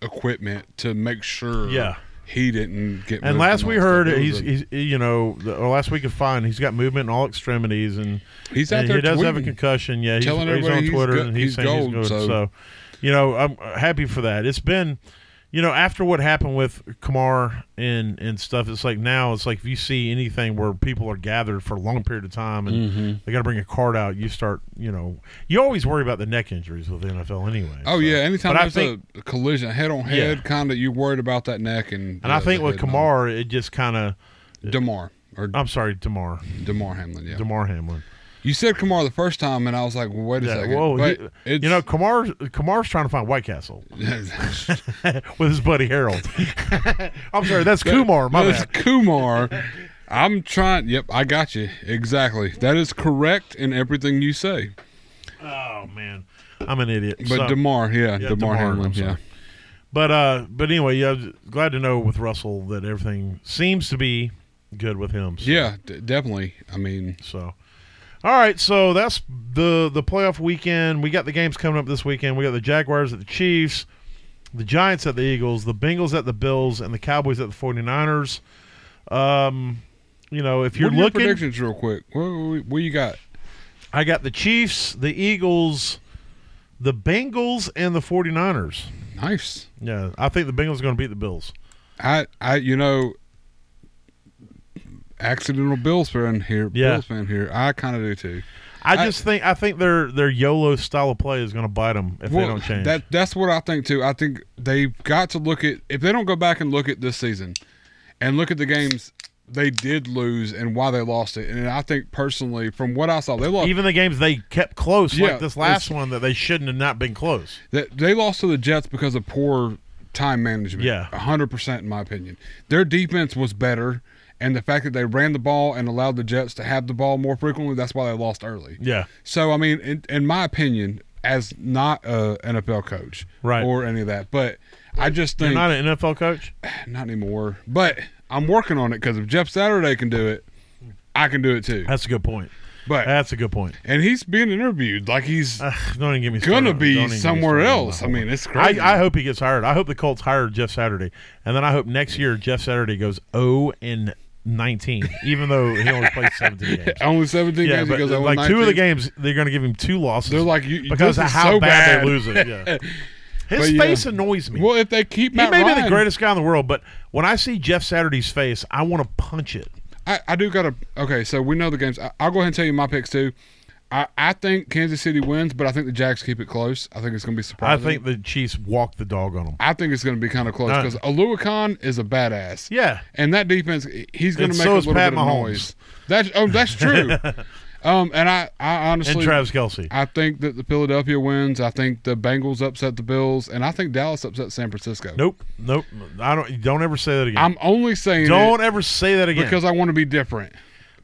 A: equipment to make sure.
B: Yeah.
A: He didn't get.
B: And
A: moved
B: last
A: and
B: we
A: all that
B: heard,
A: stuff. It
B: he's,
A: was
B: he's you know the, or last week of fine, he's got movement in all extremities, and
A: a- he's out
B: and
A: there.
B: he does have a
A: tweeting.
B: concussion. Yeah, he's,
A: telling
B: he's
A: everybody
B: on
A: he's
B: Twitter
A: good-
B: and he's,
A: he's
B: saying
A: gold,
B: he's good.
A: so-
B: So. you know, I'm happy for that. It's been, you know, after what happened with Kamar and and stuff, it's like now it's like if you see anything where people are gathered for a long period of time and
A: Mm-hmm.
B: they got to bring a card out, you start, you know, you always worry about the neck injuries with the NFL anyway.
A: Oh
B: so.
A: yeah, anytime
B: But I
A: there's
B: think,
A: a collision, head on head, kind of, you're worried about that neck and. uh,
B: and I think with Kamar, Uh, it just kind of.
A: Demar or
B: I'm sorry, Demar,
A: Demar Hamlin, yeah.
B: Demar Hamlin.
A: You said Kamar the first time, and I was like, well, wait a
B: Yeah,
A: second.
B: whoa,
A: but
B: he-
A: it's,
B: you know, Kamar, Kamar's trying to find White Castle.
A: that's
B: with his buddy Harold. I'm sorry, that's Kumar. My bad.
A: Kumar. I'm trying. Yep, I got you exactly. That is correct in everything you say.
B: Oh man, I'm an idiot.
A: But
B: So-
A: Demar, yeah, Demar,
B: Damar,
A: Hamlin,
B: I'm sorry.
A: yeah.
B: but uh, but anyway, yeah, I was glad to know with Russell that everything seems to be good with him. So,
A: Yeah, d- definitely. I mean,
B: So, all right, so that's the the playoff weekend. We got the games coming up this weekend. We got the Jaguars at the Chiefs, the Giants at the Eagles, the Bengals at the Bills, and the Cowboys at the 49ers. Um, you know, if you're
A: what are your
B: looking,
A: predictions real quick. What, what, what you got?
B: I got the Chiefs, the Eagles, the Bengals, and the 49ers.
A: Nice.
B: Yeah, I think the Bengals are going to beat the Bills.
A: I, I, you know, accidental Bills fan here.
B: Yeah.
A: Bills fan here. I kind of do too.
B: I
A: I-
B: just think I think their their YOLO style of play is going to bite them if they
A: Well,
B: don't change.
A: That that's what I think too. I think they've got to look at if they don't go back and look at this season and look at the games they did lose and why they lost it. And I think personally, from what I saw, they lost.
B: Even the games they kept close,
A: Yeah,
B: like this last
A: it's-
B: one that they shouldn't have not been close.
A: They, they lost to the Jets because of poor time management.
B: Yeah.
A: 100% in my opinion. Their defense was better. And the fact that they ran the ball and allowed the Jets to have the ball more frequently, that's why they lost early.
B: Yeah.
A: So, I mean, in, in my opinion, as not a NFL coach
B: Right.
A: or any of that, but I just
B: You're
A: think
B: not an NFL coach.
A: not anymore. But I'm working on it because if Jeff Saturday can do it, I can do it too.
B: That's a good point.
A: But
B: That's a good point.
A: and he's being interviewed like he's
B: Ugh, don't even get me started.
A: gonna
B: Uh, Don't
A: be
B: even get me
A: somewhere
B: started on
A: else.
B: that
A: I
B: one.
A: mean, it's crazy.
B: I, I hope he gets hired. I hope the Colts hire Jeff Saturday, and then I hope next year Jeff Saturday goes zero and nineteen, even though he only plays seventeen games.
A: only 17
B: Yeah,
A: games
B: but
A: because I won
B: like two of the
A: 19.
B: games, they're going to give him two losses.
A: They're like, you- you-
B: because
A: this
B: of
A: is
B: how
A: so
B: bad,
A: bad.
B: they lose it. Yeah. His
A: But yeah.
B: face annoys me.
A: Well, if they keep Matt
B: he may be the
A: Ryan-
B: greatest guy in the world, but when I see Jeff Saturday's face, I want to punch it.
A: I, I do got to. Okay, so we know the games. I, I'll go ahead and tell you my picks too. I, I think Kansas City wins, but I think the Jags keep it close. I think it's going to be
B: I
A: surprising.
B: think the Chiefs walk the dog on him.
A: I think it's going to be kind of close
B: Uh,
A: because Alua Khan is a badass.
B: Yeah.
A: and that defense, he's going
B: And
A: to make
B: so
A: a
B: is
A: little
B: Pat
A: bit of
B: Mahomes.
A: noise. That's oh, that's true. um, and I, I honestly,
B: And Travis Kelsey.
A: I think that the Philadelphia wins. I think the Bengals upset the Bills, and I think Dallas upset San Francisco.
B: Nope. Nope. I don't. Don't ever say that again.
A: I'm only saying
B: don't
A: it
B: ever say that again.
A: because I want to be different.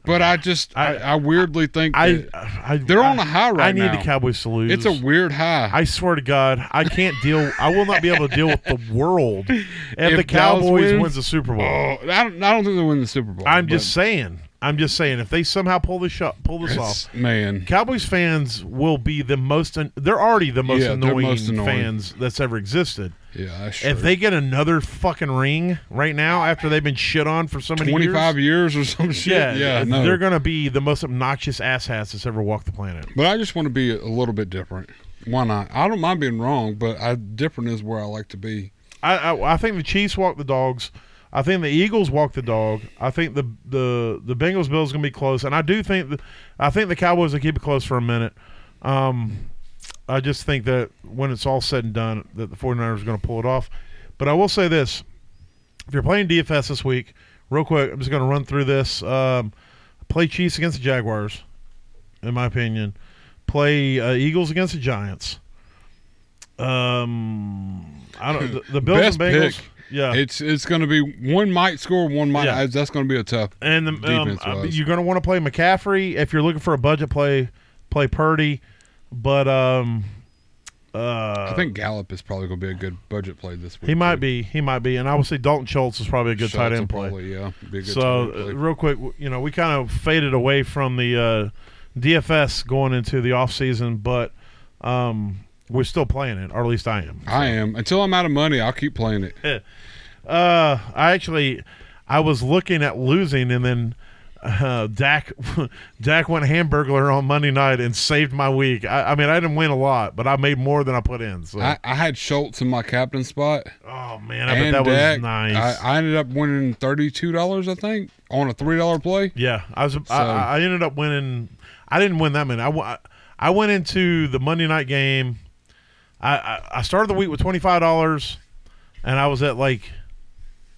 A: But I just, I, I, weirdly think
B: I,
A: that
B: I
A: They're on a high
B: I
A: right
B: need
A: now.
B: the Cowboys to lose.
A: it's a weird high.
B: I swear to God, I can't deal. I will not be able to deal with the world if,
A: If
B: the
A: Dallas
B: Cowboys
A: wins-
B: wins the Super Bowl.
A: Oh, I don't, I don't think they win the Super Bowl.
B: I'm
A: but-
B: just saying. I'm just saying. If they somehow pull this shot, pull this off,
A: man.
B: Cowboys fans will be the most. an- they're already the most,
A: Yeah, they're
B: annoying,
A: most annoying.
B: fans that's ever existed.
A: Yeah, that's true.
B: If they get another fucking ring right now after they've been shit on for so many
A: 25
B: years,
A: years or some shit.
B: yeah,
A: Yeah, no.
B: they're gonna be the most obnoxious asshats that's ever walked the planet.
A: but I just want to be a little bit different. Why not? I don't mind being wrong, but I different is where I like to be.
B: I, I I think the Chiefs walk the dogs. I think the Eagles walk the dog. I think the the the Bengals Bills gonna be close, and I do think the, I think the Cowboys will keep it close for a minute. Um, I just think that when it's all said and done, that the 49ers are gonna pull it off. But I will say this: if you're playing DFS this week, real quick, I'm just gonna run through this. Um, play Chiefs against the Jaguars, in my opinion. Play uh, Eagles against the Giants. Um, I don't. The, the Bills
A: Best
B: and Bengals.
A: pick.
B: Yeah,
A: It's it's going to be one might score, one might.
B: Yeah.
A: That's going to be a tough.
B: and the, um,
A: defense-wise.
B: uh, you're going to want to play McCaffrey if you're looking for a budget play. Play Purdy, but um, uh,
A: I think Gallup is probably going to be a good budget play this week.
B: he might
A: too.
B: be. He might be, and I would say Dalton Schultz is probably a good
A: Schultz
B: tight
A: will
B: end play.
A: probably, yeah, be a good
B: so
A: tight end
B: uh,
A: play.
B: real quick w- you know we kind of faded away from the uh, dfs going into the off season but um, we're still playing it or at least i am
A: I am until I'm out of money. I'll keep playing it.
B: uh, i actually i was looking at losing and then uh, Dak, Dak went hamburglar on Monday night and saved my week. I, I mean, I didn't win a lot, but I made more than I put in. So,
A: I, I had Schultz in my captain spot.
B: oh man, I bet
A: and
B: that
A: Dak.
B: was nice.
A: I, I ended up winning thirty two dollars, I think, on a three dollar play.
B: Yeah, I was. I, I ended up winning. I didn't win that many. I, wa- I went into the Monday night game. I, I, I started the week with twenty five dollars, and I was at like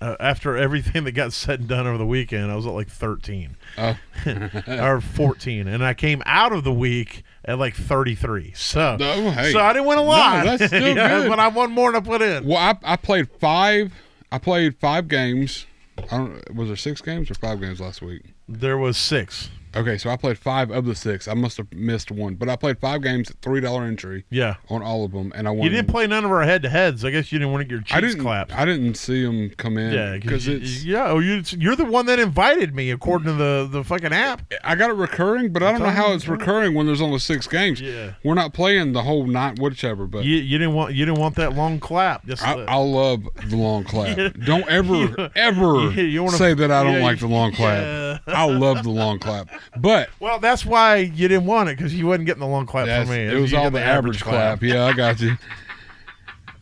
B: uh, after everything that got said and done over the weekend, I was at like thirteen
A: Oh,
B: or fourteen, and I came out of the week at like thirty three. So
A: No, hey.
B: so I didn't win a lot.
A: that's still
B: You know,
A: good.
B: But I won more than I put in.
A: well, I, I played five. I played five games. I don't. Was there six games or five games last week?
B: There was six.
A: Okay, so I played five of the six. I must have missed one, but I played five games at three dollar entry
B: Yeah.
A: on all of them, and I won.
B: You didn't play none of our head to heads. I guess you didn't want to get your cheeks
A: I didn't.
B: clapped.
A: I didn't see them come in.
B: Yeah,
A: because
B: you-
A: it's.
B: yeah. Oh, you, you're the one that invited me, according to the the fucking app.
A: I got it recurring, but I don't know how it's recurring when there's only six games.
B: Yeah.
A: We're not playing the whole night, whichever, but
B: You, you didn't want you didn't want that long clap. Just
A: I,
B: the-
A: I love the long clap. Don't ever, ever
B: Yeah, you wanna-
A: say that I don't
B: yeah,
A: like the long clap.
B: yeah.
A: I love the long clap, but
B: well, that's why you didn't want it because you wasn't getting the long clap
A: that's,
B: from me.
A: it was
B: You
A: all
B: get
A: the average clap. Yeah, I got you.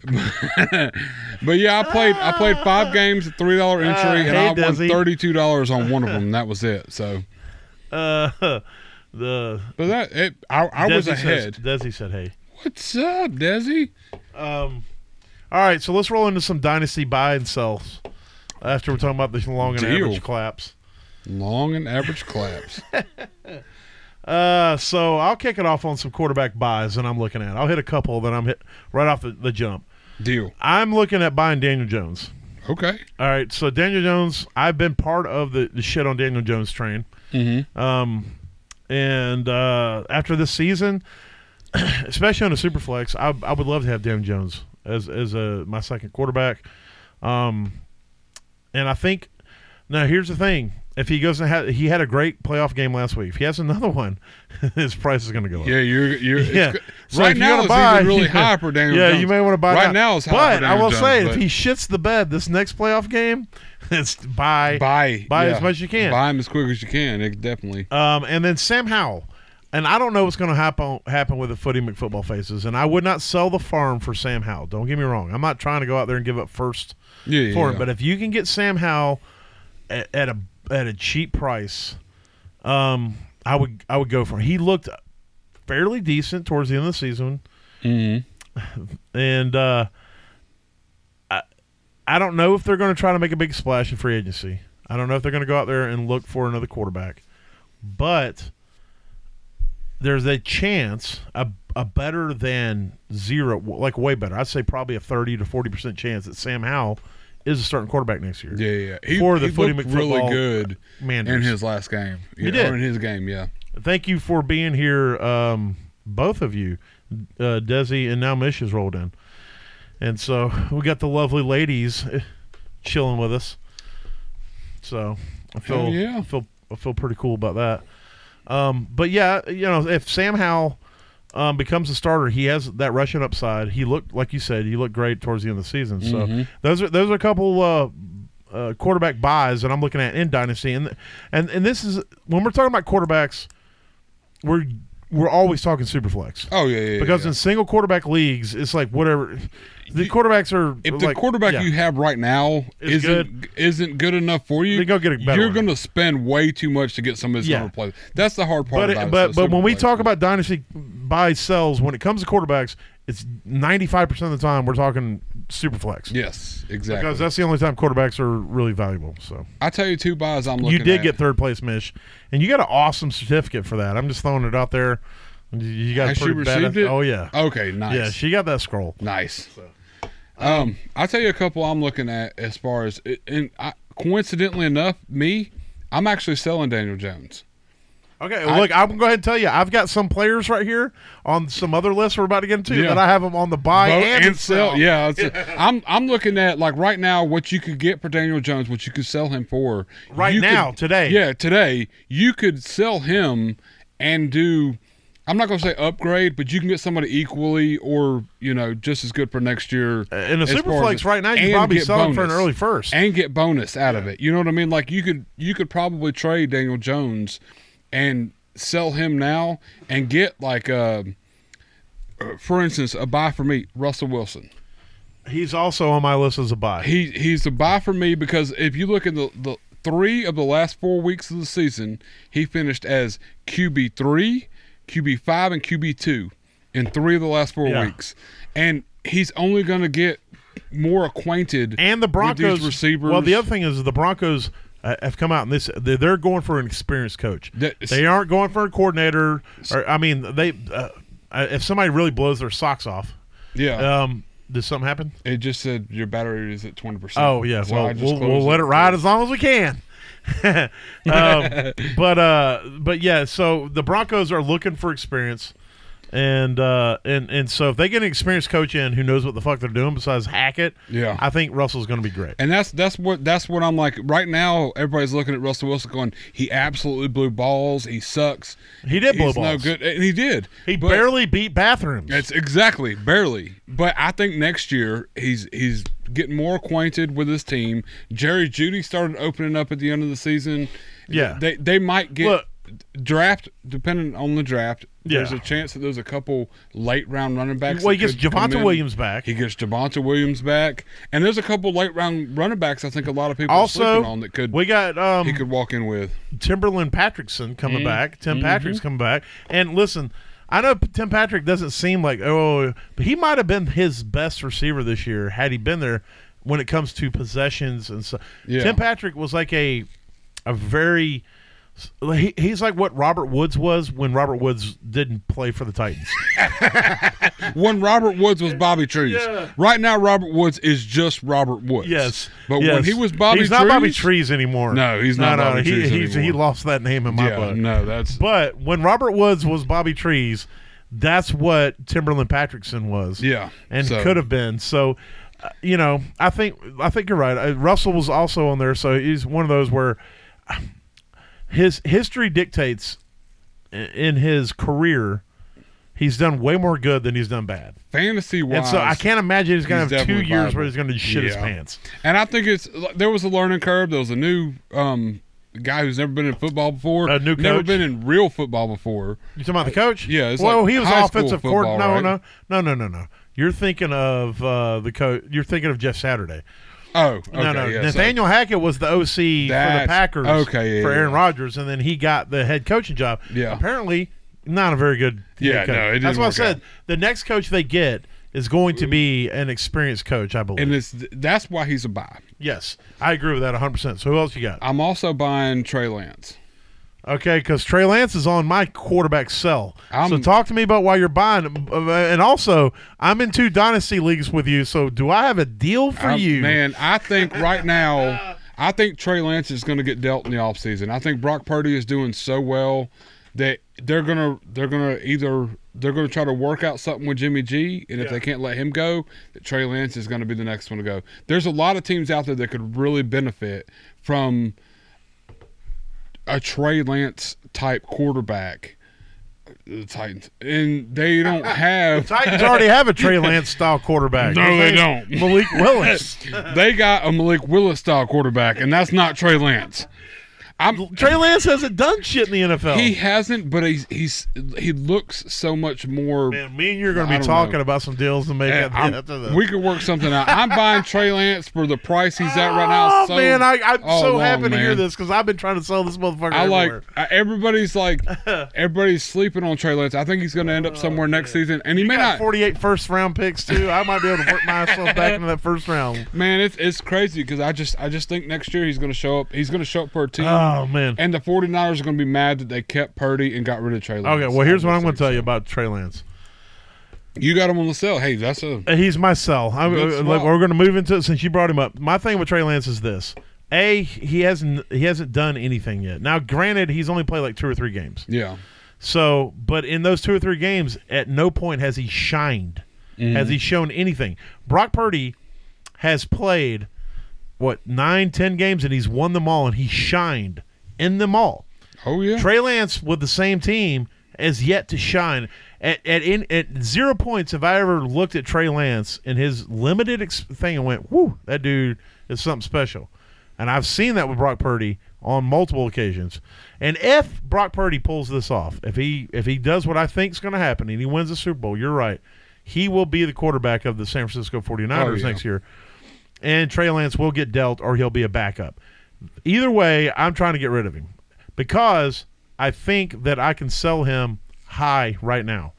A: but yeah, I played. I played five games at three dollar entry,
B: Ah,
A: and
B: Oh. hey,
A: I won
B: Desi.
A: thirty two dollars on one of them. That was it. So,
B: Uh, the
A: but that it, I, I was
B: Desi
A: ahead.
B: Says, Desi said, "Hey."
A: What's up, Desi?
B: Um, all right, so let's roll into some dynasty buy and sells after we're talking about the long and
A: Deal.
B: average claps.
A: Long and average claps.
B: Uh, so I'll kick it off on some quarterback buys that I'm looking at. I'll hit a couple that I'm hit right off the, the jump.
A: Deal.
B: I'm looking at buying Daniel Jones.
A: Okay.
B: All right, so Daniel Jones, I've been part of the, the shit on Daniel Jones train.
A: Mm-hmm.
B: Um, and uh, after this season, especially on a superflex, I, I would love to have Dan Jones as as a, my second quarterback. Um, and I think now here's the thing: if he goes and ha- he had a great playoff game last week, if he has another one, his price is going to go up.
A: Yeah, you're. you're yeah.
B: Yeah. So
A: right
B: if you
A: now,
B: wanna
A: it's
B: buy-
A: even really
B: yeah.
A: high for Daniel
B: yeah,
A: Jones.
B: you may want to buy
A: Right
B: now.
A: now it's high
B: but
A: for
B: I
A: Daniel
B: will
A: Jones,
B: say, if
A: but-
B: he shits the bed this next playoff game, it's buy.
A: buy
B: buy as much as you can.
A: Buy them as quick as you can. It definitely.
B: Um, and then Sam Howell. And I don't know what's going to happen happen with the Footy McFootball faces. And I would not sell the farm for Sam Howell. Don't get me wrong. I'm not trying to go out there and give up first
A: Yeah, yeah,
B: for him.
A: yeah.
B: But if you can get Sam Howell at, at a at a cheap price, um, I would I would go for him. He looked fairly decent towards the end of the season,
A: Mhm.
B: and uh, I I don't know if they're going to try to make a big splash in free agency. I don't know if they're going to go out there and look for another quarterback, but there's a chance a, a better than zero, like way better. I'd say probably a thirty to forty percent chance that Sam Howell is a starting quarterback next year.
A: Yeah, yeah. He,
B: For the
A: he
B: Footy
A: looked
B: McFootball
A: really good
B: Manders.
A: in his last game. Yeah,
B: did.
A: Or in his game, yeah.
B: Thank you for being here, um, both of you, uh, Desi and now Mish has rolled in, and so we got the lovely ladies eh, chilling with us. So I feel
A: Hell yeah.
B: I feel I feel pretty cool about that. Um, but yeah, you know, if Sam Howell um, becomes a starter, he has that rushing upside. He looked like you said, he looked great towards the end of the season. So
A: Mm-hmm.
B: those are those are a couple uh, uh, quarterback buys that I'm looking at in Dynasty, and and and this is when we're talking about quarterbacks, we're we're always talking superflex.
A: Oh, yeah, yeah. yeah,
B: Because
A: yeah.
B: in single quarterback leagues, it's like whatever the quarterbacks are.
A: if the
B: like-
A: quarterback
B: yeah.
A: you have right now
B: Is
A: isn't isn't good enough for you,
B: Then go get a better
A: you're
B: one.
A: going to spend way too much to get somebody that's
B: Yeah.
A: going to replace. That's the hard part.
B: but
A: about
B: it,
A: it,
B: but
A: so
B: but when we
A: superflex.
B: talk about dynasty buy sells, when it comes to quarterbacks, it's ninety five percent of the time we're talking superflex
A: yes, exactly.
B: because that's the only time quarterbacks are really valuable. So
A: I tell you, two buys I'm looking.
B: you did
A: at.
B: get third place, Mish, and you got an awesome certificate for that. I'm just throwing it out there. You- You got a
A: Has she
B: pretty bad.
A: received it?
B: Oh yeah,
A: okay, nice,
B: yeah, she got that scroll.
A: nice. Um, I'll tell you a couple I'm looking at as far as and I, coincidentally enough, me, I'm actually selling Daniel Jones.
B: Okay, look, I'm going to go ahead and tell you, I've got some players right here on some other lists we're about to get into
A: Yeah.
B: that I have them on the buy
A: Vote
B: and, sell.
A: Yeah, it's- I'm I'm looking at like right now what you could get for Daniel Jones, what you could sell him for
B: Right
A: You
B: now,
A: could-
B: today.
A: Yeah, today you could sell him and do. I'm not going to say upgrade, but you can get somebody equally or you know just as good for next year.
B: In a
A: as far
B: superflex
A: as-
B: right now, you
A: and
B: probably
A: get
B: sell them for an
A: bonus.
B: early first.
A: and get bonus out of it. You know what I mean? Like you could you could probably trade Daniel Jones and sell him now and get like uh, for instance a buy for me Russell Wilson.
B: He's also on my list as a buy.
A: He he's a buy for me because if you look at the, the three of the last four weeks of the season, he finished as QB three, QB five, and QB two in three of the last four
B: Yeah.
A: weeks, and he's only going to get more acquainted
B: And the Broncos
A: with these receivers.
B: Well, the other thing is the Broncos uh, have come out and this they're, they're going for an experienced coach.
A: That-
B: they aren't going for a coordinator. Or, I mean, they uh, uh, if somebody really blows their socks off,
A: yeah.
B: um, does something happen?
A: It just said your battery is at twenty percent.
B: Oh yeah, well we'll, we'll let it ride as long as we can. um, but uh, but yeah, so the Broncos are looking for experience, and uh, and and so if they get an experienced coach in who knows what the fuck they're doing besides Hackett,
A: Yeah.
B: I think Russell's going to be great.
A: And that's that's what that's what I'm like right now. Everybody's looking at Russell Wilson, going, "He absolutely blew balls. He sucks.
B: He did blow
A: He's
B: balls.
A: No good. And he did.
B: He
A: But
B: barely beat bathrooms.
A: It's exactly barely. But I think next year he's he's getting more acquainted with his team. Jerry Judy started opening up at the end of the season.
B: Yeah.
A: they they might get.
B: Look-
A: Draft depending on the draft, there's
B: Yeah.
A: a chance that there's a couple late round running backs.
B: well, he
A: that
B: gets
A: could come
B: Javante
A: in.
B: Williams back.
A: He gets Javante Williams back, and there's a couple late round running backs. I think a lot of people are
B: also,
A: sleeping on that could
B: we got um,
A: he could walk in with.
B: Timberland Patrickson coming back. Tim Patrick's coming back. And listen, I know Tim Patrick doesn't seem like oh, but he might have been his best receiver this year had he been there. When it comes to possessions and stuff,
A: Yeah.
B: Tim Patrick was like a a very he, he's like what Robert Woods was when Robert Woods didn't play for the Titans.
A: When Robert Woods was Bobby Trees.
B: Yeah.
A: Right now, Robert Woods is just Robert Woods.
B: yes,
A: But
B: yes.
A: when he was Bobby
B: he's
A: Trees.
B: not Bobby Trees anymore.
A: No, he's not Bobby
B: he,
A: Trees
B: he's- he
A: anymore.
B: lost that name in my
A: Yeah,
B: book.
A: no, that's.
B: But when Robert Woods was Bobby Trees, that's what Timberland Patrickson was.
A: yeah.
B: and
A: so-
B: could have been. So, uh, you know, I think I think you're right. Uh, Russell was also on there, so he's one of those where uh, his history dictates i- in his career. He's done way more good than he's done bad,
A: Fantasy wise.
B: and so I can't imagine he's gonna
A: he's
B: have two
A: definitely
B: years
A: viable.
B: where he's gonna shit his
A: Yeah.
B: pants.
A: And I think it's there was a learning curve. There was a new um, guy who's never been in football before.
B: A new
A: Never
B: coach?
A: been in real football before.
B: You talking about the coach?
A: yeah, it's
B: well,
A: like
B: he was
A: high school
B: offensive
A: football,
B: coordinator. No,
A: right?
B: no, no, no, no, no. You're thinking of uh, the coach. You're thinking of Jeff Saturday.
A: Oh, okay,
B: No, no.
A: yeah, so-
B: Nathaniel Hackett was the OC for the
A: That's-
B: Packers
A: okay, yeah,
B: for
A: yeah,
B: Aaron
A: yeah.
B: Rodgers, and then he got the head coaching job.
A: Yeah.
B: Apparently, not a very good.
A: Yeah,
B: head coach.
A: no, it didn't
B: That's what I
A: work
B: said.
A: out.
B: The next coach they get is going to be an experienced coach, I believe.
A: and it's that's why he's a buy.
B: yes, I agree with that 100%. So who else you got?
A: I'm also buying Trey Lance.
B: Okay, because Trey Lance is on my quarterback sell. so
A: I'm-
B: talk to me about why you're buying. him. Uh, And also, I'm in two dynasty leagues with you, so do I have a deal for
A: I'm-
B: you?
A: man. I think right now, I think Trey Lance is going to get dealt in the offseason. I think Brock Purdy is doing so well that they're gonna they're gonna either they're gonna try to work out something with Jimmy G, and if they can't let him go, that Trey Lance is going to be the next one to go. There's a lot of teams out there that could really benefit from a Trey Lance type quarterback. The Titans, and they don't have.
B: Titans already have a Trey Lance style quarterback.
A: No,
B: His
A: they
B: name's
A: don't.
B: Malik Willis.
A: they got a Malik Willis style quarterback, and that's not Trey Lance. I'm,
B: Trey Lance hasn't done shit in the NFL.
A: he hasn't, but he's, he's he looks so much more.
B: Man, me and you're going
A: I
B: to be
A: don't
B: talking
A: know.
B: about some deals to make
A: Yeah, I'm-
B: after the.
A: we could work something out. I'm buying Trey Lance for the price he's at right now.
B: oh
A: so
B: man, I, I'm
A: all
B: so
A: along,
B: happy to hear
A: man.
B: this because I've been trying to sell this motherfucker.
A: I like
B: everywhere.
A: I- everybody's like everybody's sleeping on Trey Lance. I think he's going to end up somewhere next season, and he may
B: Oh, You got
A: not.
B: 48 first round picks too. I might be able to work myself back into that first round.
A: Man, it's it's crazy because I just I just think next year he's going to show up. He's going to show up for a team.
B: Oh man.
A: and the 49ers are going to be mad that they kept Purdy and got rid of Trey Lance.
B: Okay, well here's what I'm
A: Obviously.
B: going to tell you about Trey Lance.
A: You got him on the sell. Hey, that's a
B: Uh, He's my cell. I'm,
A: Good
B: uh,
A: swap.
B: look, we're going to move into it since you brought him up. My thing with Trey Lance is this: a he hasn't he hasn't done anything yet. Now, granted, he's only played like two or three games.
A: yeah.
B: So, but in those two or three games, at no point has he shined. Has he shown anything? Brock Purdy has played what nine, ten games, and he's won them all, and he shined in them all.
A: Oh yeah.
B: Trey Lance with the same team has yet to shine. At at, in, at zero points have I ever looked at Trey Lance and his limited ex- thing and went, "Whoo, that dude is something special." And I've seen that with Brock Purdy on multiple occasions. And if Brock Purdy pulls this off, if he if he does what I think is going to happen and he wins the Super Bowl, you're right. He will be the quarterback of the San Francisco 49ers
A: Oh, yeah.
B: next year and Trey Lance will get dealt or he'll be a backup. Either way, I'm trying to get rid of him because I think that I can sell him high right now.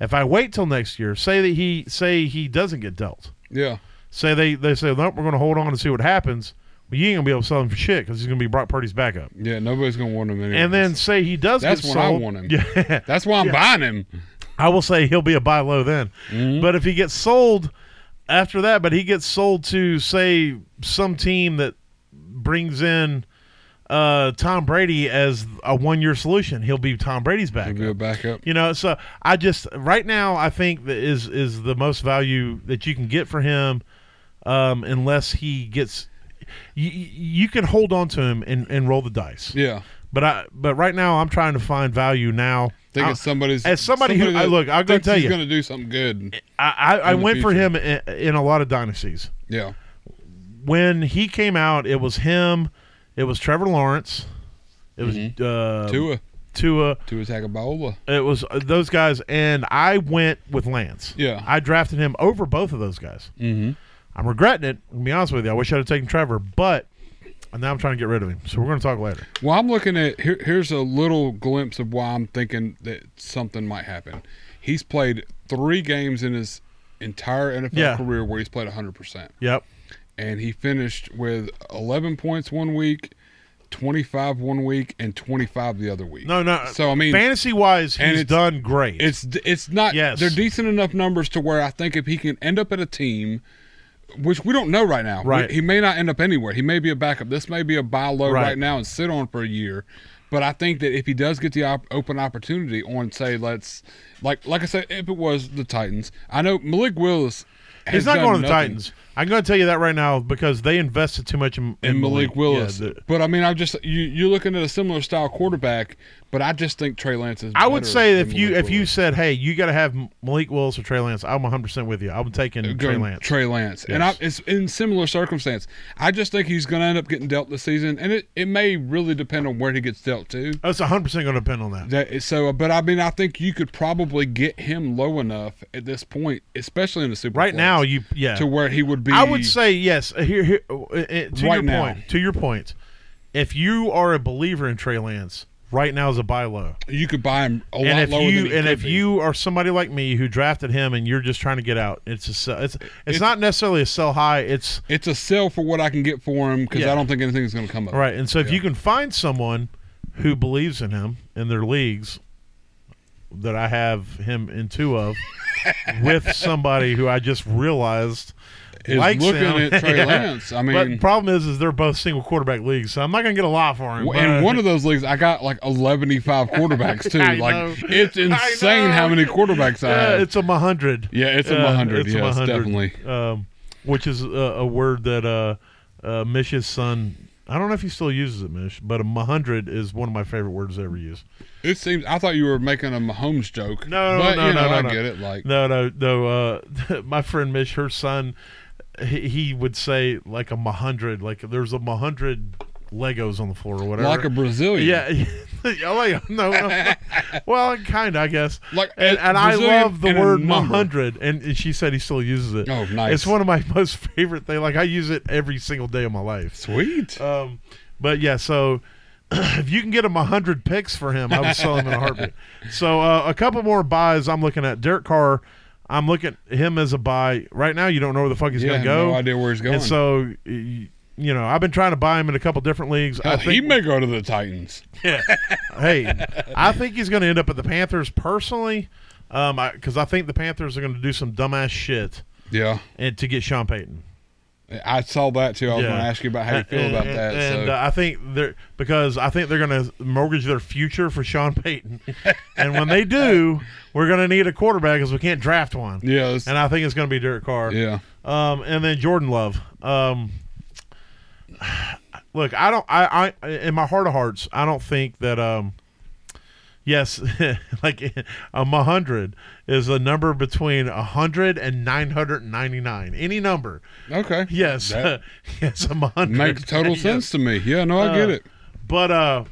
B: If I wait till next year, say that he say he doesn't get dealt,
A: yeah.
B: say they they say nope, we're going to hold on and see what happens. Well, you ain't gonna be able to sell him for shit because he's gonna be Brock Purdy's backup.
A: Yeah, nobody's gonna want him anyway.
B: And then say he does
A: that's
B: get
A: when
B: sold.
A: I want him.
B: Yeah,
A: That's why I'm buying him.
B: I will say he'll be a buy low then.
A: Mm-hmm.
B: But if he gets sold after that, but he gets sold to say some team that brings in uh, Tom Brady as a one year solution, he'll be Tom Brady's back.
A: He'll be a backup.
B: You know, so I just right now I think that is is the most value that you can get for him, um, unless he gets. You, you can hold on to him and, and roll the dice,
A: Yeah.
B: but I but right now I'm trying to find value now.
A: Think
B: I-
A: it's somebody's
B: as somebody who- I-
A: that
B: look, I'm gonna
A: thinks
B: tell
A: he's
B: you.
A: gonna do something good.
B: I, I, I
A: in the
B: went for
A: future.
B: him in, in a lot of dynasties.
A: Yeah.
B: When he came out, it was him, it was Trevor Lawrence, it was uh,
A: Mm-hmm. Tua.
B: Tua,
A: Tua Tagovailoa.
B: it was uh, those guys, and I went with Lance.
A: Yeah.
B: I drafted him over both of those guys.
A: Mm-hmm.
B: I'm regretting it. To be honest with you, I wish I'd have taken Trevor, but and now I'm trying to get rid of him. So we're going to talk later.
A: Well, I'm looking at here, here's a little glimpse of why I'm thinking that something might happen. He's played three games in his entire NFL
B: Yeah.
A: career where he's played 100 percent.
B: Yep.
A: and he finished with 11 points one week, 25 one week and 25 the other week.
B: No, no.
A: So I mean,
B: fantasy wise,
A: and
B: he's
A: it's-
B: done great.
A: it's it's not.
B: Yes.
A: they're decent enough numbers to where I think if he can end up at a team, which we don't know right now,
B: Right.
A: We- he may not end up anywhere. He may be a backup. This may be a buy low
B: Right.
A: right, now and sit on for a year. But I think that if he does get the op- open opportunity on, say, let's like like I said, if it was the Titans, I know Malik Willis. has
B: he's not
A: done
B: going to the
A: nothing.
B: Titans. I'm going to tell you that right now because they invested too much in, in
A: and Malik Willis.
B: Yeah, the-
A: but I mean, I'm just you, you're looking at a similar style quarterback, but I just think Trey Lance is.
B: I would
A: better
B: say
A: than
B: if you
A: Malik
B: if you
A: Willis.
B: said, hey, you got to have Malik Willis or Trey Lance, I'm 100 percent with you. I'm taking Trey
A: Going
B: Lance.
A: Trey Lance, and I,
B: Yes.
A: it's in similar circumstance. I just think he's going to end up getting dealt this season, and it, it may really depend on where he gets dealt to.
B: That's 100 percent going to depend on that.
A: That is- so, but I mean, I think you could probably get him low enough at this point, especially in the Super.
B: Right
A: Bowl,
B: now, you yeah.
A: to where he would be.
B: I would say yes. Uh, Here, here uh, uh, to your
A: Right now.
B: point. To your point, if you are a believer in Trey Lance, right now is a buy low.
A: you could buy him a
B: and
A: lot
B: if
A: lower
B: you
A: than he
B: and
A: could
B: if
A: be.
B: you are somebody like me who drafted him and you're just trying to get out, it's a sell, it's, it's
A: It's-
B: not necessarily a sell high. It's
A: It's a sell for what I can get for him because
B: Yeah.
A: I don't think anything's going to come up.
B: right. And so if you can find someone who believes in him in their leagues that I have him in two of with somebody who I just realized
A: is
B: likes
A: looking
B: him,
A: at Trey
B: yeah.
A: Lance. I mean,
B: but problem is, is they're both single quarterback leagues, so I'm not gonna get a lot for him.
A: w- in
B: but-
A: one of those leagues, I got like 115 quarterbacks too.
B: I
A: like
B: know.
A: it's
B: I
A: insane how
B: know.
A: many quarterbacks I
B: yeah,
A: have.
B: it's a hundred.
A: yeah, it's a
B: Uh,
A: 100.
B: it's a
A: yes,
B: 100,
A: definitely.
B: Um, which is a, a word that uh, uh, Mish's son. I don't know if he still uses it, Mish, but a hundred is one of my favorite words ever used.
A: It seems. I thought you were making a Mahomes joke.
B: No,
A: but,
B: no,
A: you
B: no,
A: know,
B: no,
A: I
B: no.
A: get it. Like
B: No, no, no. Uh, my friend Mish, her son, he, he would say like a hundred, like there's a hundred Legos on the floor or whatever.
A: like a Brazilian.
B: yeah, yeah, like, no, no. well, kind of, I guess.
A: Like
B: and,
A: a
B: and I
A: Brazilian
B: love the
A: and a
B: word
A: number.
B: 100, and, and she said he still uses it.
A: Oh, nice.
B: It's one of my most favorite things. Like I use it every single day of my life.
A: Sweet.
B: Um, but yeah, so if you can get him hundred picks for him, I would sell him in a heartbeat. So uh, a couple more buys I'm looking at. Derek Carr, I'm looking at him as a buy right now. You don't know where the fuck he's
A: yeah, I
B: gonna
A: have
B: go.
A: no idea where he's going.
B: And so. y- You know, I've been trying to buy him in a couple different leagues. I
A: Hell,
B: think
A: he may go to the Titans.
B: yeah. hey, I think he's going to end up at the Panthers personally, um, because I, think the Panthers are going to do some dumbass shit
A: Yeah,
B: and to get Sean Payton.
A: I saw that too. I was
B: Yeah.
A: going to ask you about how you feel
B: And-
A: about
B: and-
A: that.
B: And
A: so.
B: uh, I think they're because I think they're going to mortgage their future for Sean Payton, and when they do, we're going to need a quarterback because we can't draft one.
A: yeah, it's-
B: And I think it's going to be Derek Carr.
A: yeah.
B: Um, and then Jordan Love. Um, look, I don't. I, I in my heart of hearts, I don't think that. Um, yes, like a hundred is a number between a hundred and nine hundred and ninety nine. Any number.
A: Okay.
B: Yes.
A: That
B: yes, a hundred
A: makes total
B: Yes.
A: sense to me. Yeah, no, I
B: Uh,
A: get it.
B: But uh,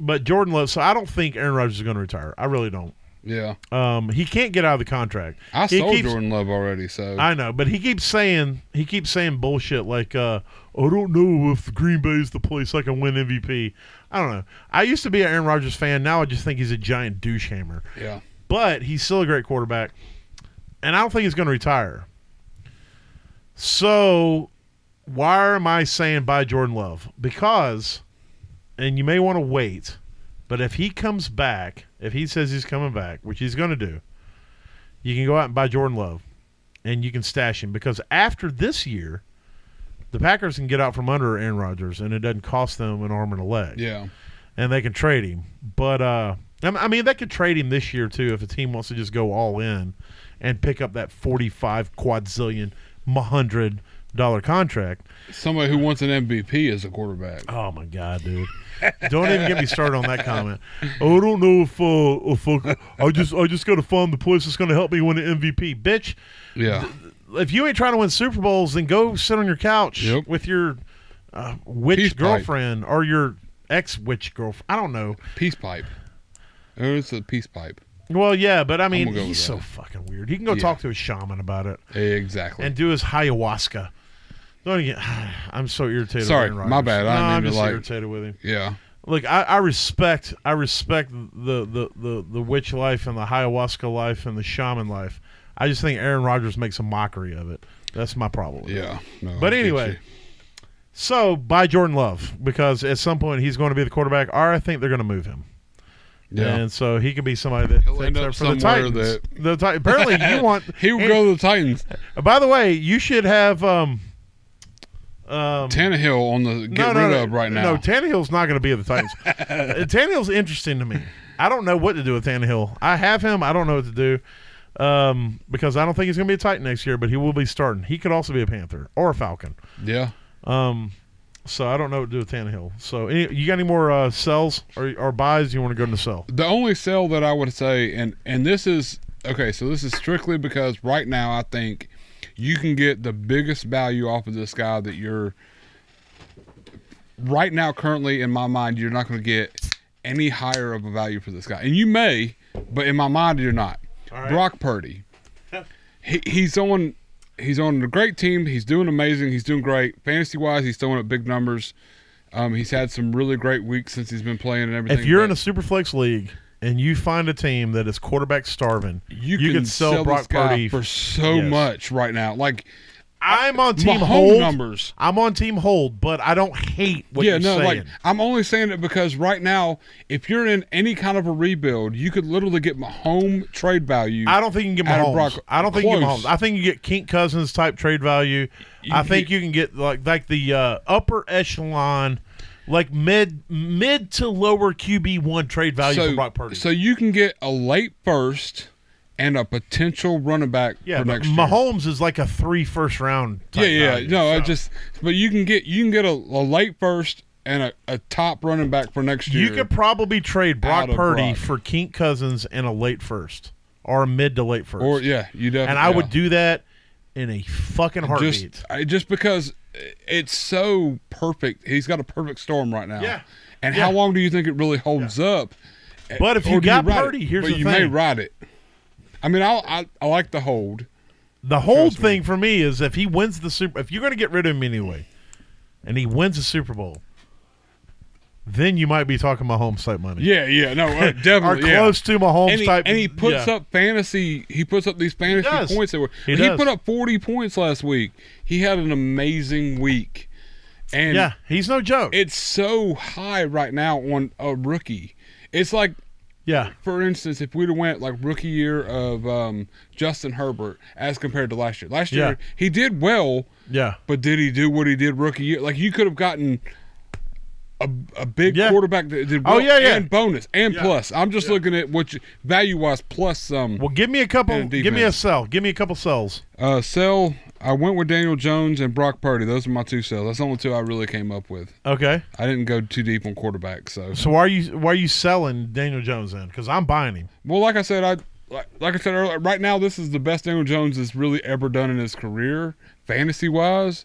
B: but Jordan Love. So I don't think Aaron Rodgers is going to retire. I really don't.
A: Yeah.
B: Um, he can't get out of the contract.
A: I
B: He
A: sold
B: keeps-
A: Jordan Love already, so
B: I know, but he keeps saying he keeps saying bullshit like uh, I don't know if Green Bay is the place I can win MVP. I don't know. I used to be an Aaron Rodgers fan. Now I just think he's a giant douche hammer.
A: yeah.
B: But he's still a great quarterback, and I don't think he's going to retire. So why am I saying buy Jordan Love? Because, and you may want to wait, but if he comes back, if he says he's coming back, which he's going to do, you can go out and buy Jordan Love and you can stash him because after this year, the Packers can get out from under Aaron Rodgers and it doesn't cost them an arm and a leg.
A: Yeah.
B: And they can trade him. But, uh, I m- I mean, they could trade him this year too if a team wants to just go all in and pick up that 45 quadzillion, hundred dollar contract.
A: Somebody who wants an MVP as a quarterback.
B: Oh my god, dude! don't even get me started on that comment. Oh, I don't know if, uh, if uh, I just I just got to find the place that's going to help me win the MVP, bitch.
A: Yeah.
B: If you ain't trying to win Super Bowls, then go sit on your couch
A: Yep.
B: with your uh, witch
A: Peace pipe.
B: girlfriend or your ex witch girlfriend. I don't know.
A: Peace pipe. Oh, It's a peace pipe.
B: Well, yeah, but I mean,
A: gonna go with
B: he's so
A: that.
B: fucking weird. He can go
A: Yeah.
B: talk to a shaman about it
A: Exactly.
B: and do his ayahuasca. Don't even. I'm so irritated. with
A: Sorry,
B: Aaron
A: my
B: Rodgers.
A: bad. I didn't
B: no,
A: mean
B: I'm
A: to,
B: just
A: like-
B: irritated with him.
A: yeah.
B: Look, I, I respect I respect the, the, the, the witch life and the ayahuasca life and the shaman life. I just think Aaron Rodgers makes a mockery of it. That's my problem. with it.
A: Yeah. No, I
B: But
A: get
B: anyway,
A: you.
B: So buy Jordan Love because at some point he's going to be the quarterback, or I think they're going to move him.
A: Yeah.
B: And so he could be somebody that
A: He'll
B: takes
A: end up
B: up for the
A: somewhere
B: Titans.
A: that-
B: The Ti- apparently you want
A: he would go to the Titans.
B: Uh, By the way, you should have um um
A: Tannehill on the get
B: no, no,
A: rid
B: no,
A: of right now.
B: No, Tannehill's not going to be at the Titans. Uh, Tannehill's interesting to me. I don't know what to do with Tannehill. I have him. I don't know what to do um, because I don't think he's going to be a Titan next year, but he will be starting. He could also be a Panther or a Falcon.
A: yeah.
B: Um, so I don't know what to do with Tannehill. So any, you got any more uh, sells or, or buys you want to go into sell?
A: The only sell that I would say, and and this is okay, so this is strictly because right now I think you can get the biggest value off of this guy that you're right now currently in my mind you're not going to get any higher of a value for this guy, and you may, but in my mind you're not.
B: All right.
A: Brock Purdy, he, he's on he's on a great team. He's doing amazing. He's doing great fantasy wise. He's throwing up big numbers. Um, he's had some really great weeks since he's been playing and everything.
B: If you're
A: but-
B: in a Superflex league and you find a team that is quarterback starving,
A: you,
B: could
A: can,
B: sell, Brock
A: this guy
B: Purdy
A: for so
B: Yes.
A: much right now. Like
B: I'm on team
A: Mahomes
B: hold.
A: numbers.
B: I'm on team hold, but I don't hate what
A: yeah,
B: you're
A: no,
B: saying.
A: like I'm only saying it because right now, if you're in any kind of a rebuild, you could literally get my home trade value.
B: I don't think you can get
A: Adam
B: Mahomes.
A: Brock-
B: I don't think you can get
A: close.
B: Mahomes. I think you get Kink Cousins type trade value. I think you can get like like the uh, upper echelon, like mid mid to lower QB one trade value for Brock
A: so,
B: Purdy.
A: so you can get a late first and a potential running back
B: yeah,
A: for
B: but
A: next year.
B: Mahomes is like a three first round. Type
A: Yeah, yeah.
B: value,
A: no, I
B: so.
A: just but you can get you can get a, a late first and a, a top running back for next year.
B: you could probably trade Brock
A: out of
B: Purdy
A: Brock.
B: for Kink Cousins and a late first or a mid to late first.
A: or yeah, you definitely
B: and I
A: yeah.
B: would do that in a fucking heartbeat.
A: just I, just because it's so perfect. He's got a perfect storm right now.
B: Yeah.
A: And
B: Yeah.
A: how long do you think it really holds up?
B: But if
A: Or
B: you
A: do
B: got
A: ride it?
B: Purdy, here's
A: but
B: the
A: you may
B: thing:
A: ride it. I mean, I I, I like the hold.
B: the whole
A: Trust me.
B: thing for me is if he wins the super, if you're going to get rid of him anyway, and he wins the Super Bowl, then you might be talking Mahomes type money.
A: Yeah, yeah, no, uh,
B: or
A: definitely. yeah.
B: close to Mahomes
A: And he,
B: type.
A: and he puts
B: yeah.
A: up fantasy. He puts up these fantasy
B: does.
A: points. That were,
B: He
A: he
B: does.
A: put up forty points last week. He had an amazing week, and
B: Yeah, he's no joke.
A: it's so high right now on a rookie. It's like
B: yeah,
A: for instance, if we'd have went like rookie year of um, Justin Herbert as compared to last year, last year
B: Yeah.
A: he did well,
B: yeah.
A: but did he do what he did rookie year? Like you could have gotten a, a big
B: Yeah.
A: quarterback that did
B: Oh,
A: well
B: yeah, yeah.
A: and bonus and
B: Yeah.
A: plus. I'm just looking at what you, value wise plus some.
B: Well, give me a couple.
A: And
B: Give me a
A: defense.
B: sell. Give me a couple sells.
A: Uh, sell. I went with Daniel Jones and Brock Purdy. Those are my two sells. That's the only two I really came up with.
B: Okay.
A: I didn't go too deep on quarterback. So
B: So why are you why are you selling Daniel Jones then? Because I'm buying him.
A: Well, like I said, I like, like I said earlier, right now this is the best Daniel Jones has really ever done in his career, fantasy wise,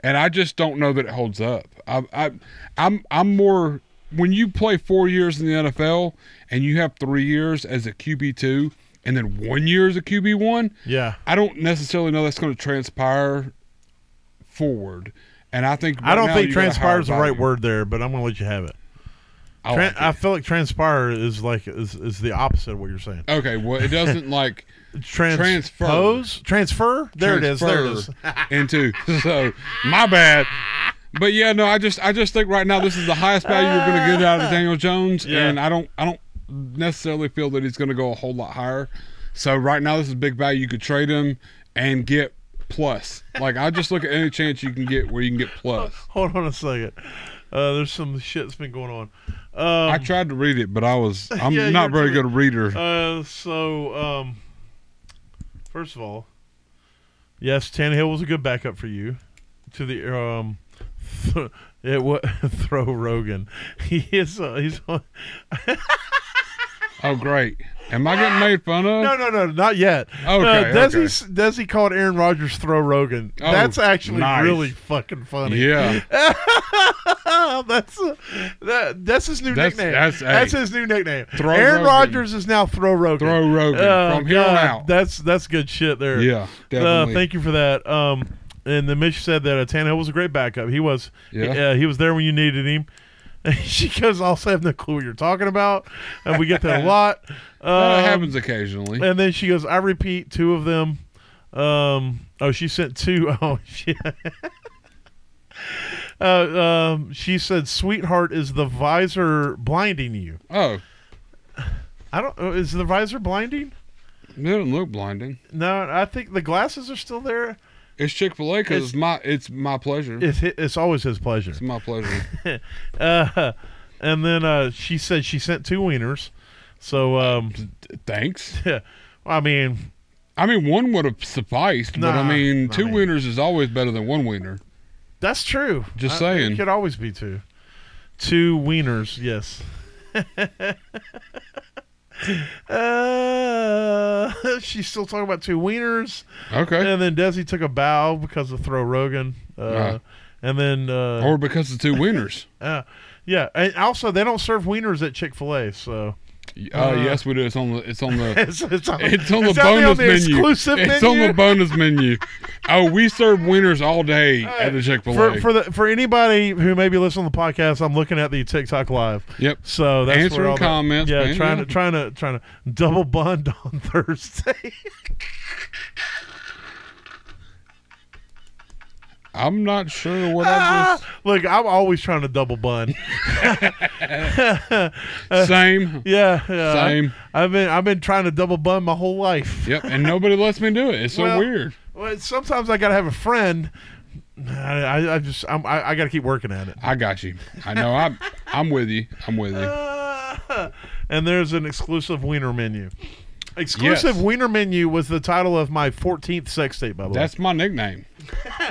A: and I just don't know that it holds up. I, I I'm I'm more when you play four years in the NFL and you have three years as a QB two and then one year as a QB one.
B: Yeah.
A: I don't necessarily know that's going to transpire forward, and I think
B: I
A: right
B: don't
A: now
B: think
A: you gotta
B: transpire is the
A: hire
B: right
A: value.
B: word there, but I'm gonna let you have it.
A: I
B: Tran-
A: like it.
B: I feel like transpire is like is, is the opposite of what you're saying.
A: okay, well, it doesn't like.
B: Transpose, transfer. There it is. There it is.
A: transfer into. So my bad. But yeah, no, I just I just think right now this is the highest value you're going to get out of Daniel Jones,
B: Yeah.
A: and I don't I don't necessarily feel that he's going to go a whole lot higher. So right now this is big value. You could trade him and get plus. Like I just look at any chance you can get where you can get plus.
B: Hold on a second. Uh, there's some shit that's been going on. Um,
A: I tried to read it, but I was I'm
B: Yeah,
A: not
B: you're
A: very
B: too-
A: good a reader.
B: uh, so, um, first of all, yes, Tannehill was a good backup for you. To the um, it wa throw Rogan. He is. Uh, he's. on-
A: oh great, am I getting made fun of?
B: No, no, no, not yet.
A: Okay,
B: uh, Desi,
A: okay.
B: Desi called Aaron Rodgers throw Rogan.
A: Oh,
B: That's actually
A: nice.
B: really fucking funny.
A: Yeah,
B: Oh, that's that, that's his new
A: That's-
B: nickname. That's,
A: that's- hey.
B: his new nickname.
A: Throw
B: Aaron
A: Rogan.
B: Rodgers is now Throw Rogan.
A: throw Rogan
B: Oh,
A: from here on
B: God,
A: out.
B: That's that's good shit there.
A: yeah,
B: Uh,
A: definitely.
B: thank you for that. Um, and then Mitch said that uh, Tannehill was a great backup. He was.
A: Yeah.
B: Uh, he was there when you needed him. she goes, I also have no clue what you're talking about, and we get that a lot.
A: Well, it
B: Um,
A: happens occasionally.
B: and then she goes, I repeat two of them. Um, oh, she sent two. Oh, shit. uh, um, she said, "Sweetheart, is the visor blinding you?"
A: Oh,
B: I don't. uh, Is the visor blinding?
A: it didn't look blinding.
B: No, I think the glasses are still there.
A: It's Chick Fil A because
B: It's-
A: it's my it's my pleasure.
B: It's hi- it's always his pleasure.
A: It's my pleasure.
B: Uh, and then uh, she said she sent two wieners. So, um,
A: Thanks.
B: I mean,
A: I mean, one would have sufficed, but I
B: Nah,
A: mean,
B: I
A: two
B: mean-
A: wieners is always better than one wiener.
B: that's true.
A: Just
B: I-
A: saying.
B: it could always be two, two wieners. Yes. uh, she's still talking about two wieners,
A: Okay.
B: and then Desi took a bow because of throw Rogan. Uh,
A: Right.
B: And then, uh,
A: Uh-huh. or because of two wieners.
B: uh, yeah, and also they don't serve wieners at Chick Fil A, so
A: Y-
B: Uh,
A: Uh, yes, we do. It's on the. It's on the.
B: it's, it's on,
A: It's on the
B: it's only
A: bonus
B: the
A: menu.
B: exclusive
A: it's
B: menu.
A: on the bonus menu. Oh, we serve wieners all day at the Chick Fil
B: for,
A: A.
B: for the for anybody who may be listening to the podcast, I'm looking at the TikTok live.
A: Yep.
B: So that's
A: Answering
B: where all that-
A: comments,
B: yeah,
A: man.
B: trying to trying to trying to double bond on Thursday.
A: I'm not sure what
B: Ah.
A: I
B: Look, I'm always trying to double bond.
A: just. Same.
B: Uh, Yeah, yeah. I-
A: Same.
B: I've been I've been trying to double bond my whole life.
A: Yep. And nobody lets me do it. It's so
B: Well-
A: weird.
B: Well, sometimes I gotta have a friend. I, I, I just I'm, I, I gotta keep working at it.
A: I got you. I know. I'm. I'm with you. I'm with you.
B: Ah, and there's an exclusive wiener menu. Exclusive wiener menu was the title of my 14th sex tape, by the way.
A: That's my nickname.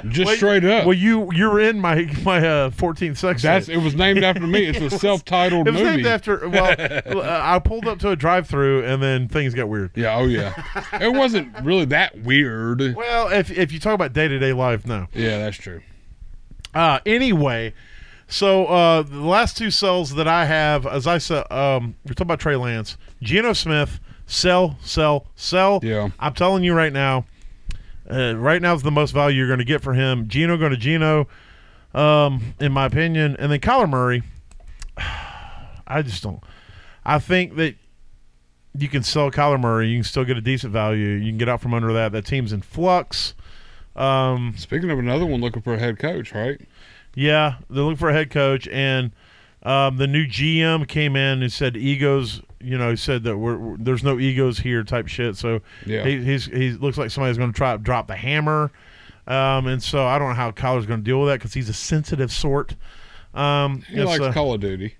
A: Just
B: Wait,
A: straight up.
B: Well, you you're in my my uh, 14th sex
A: That's.
B: tape.
A: It was named after me. It's a self-titled
B: It was
A: movie.
B: named after. Well, uh, I pulled up to a drive-through, and then things got weird.
A: yeah. Oh yeah. It wasn't really that weird.
B: Well, if if you talk about day-to-day life, no.
A: Yeah, that's true.
B: Uh, anyway, so uh, the last two cells that I have, as I said, um, we're talking about Trey Lance, Geno Smith, sell, sell, sell.
A: Yeah.
B: I'm telling you right now, uh, right now is the most value you're going to get for him. Geno going to Geno, um, in my opinion, and then Kyler Murray. I just don't. I think that you can sell Kyler Murray. You can still get a decent value. You can get out from under that. That team's in flux. Um,
A: Speaking of another one looking for a head coach, right?
B: yeah, they're looking for a head coach, and um, the new GM came in and said egos. You know, said that we're, we're- there's no egos here, type shit. So
A: Yeah.
B: he, he's he looks like somebody's going to try to drop the hammer, um, and so I don't know how Kyler's going to deal with that because he's a sensitive sort. Um,
A: He
B: and
A: likes
B: so-
A: Call of Duty.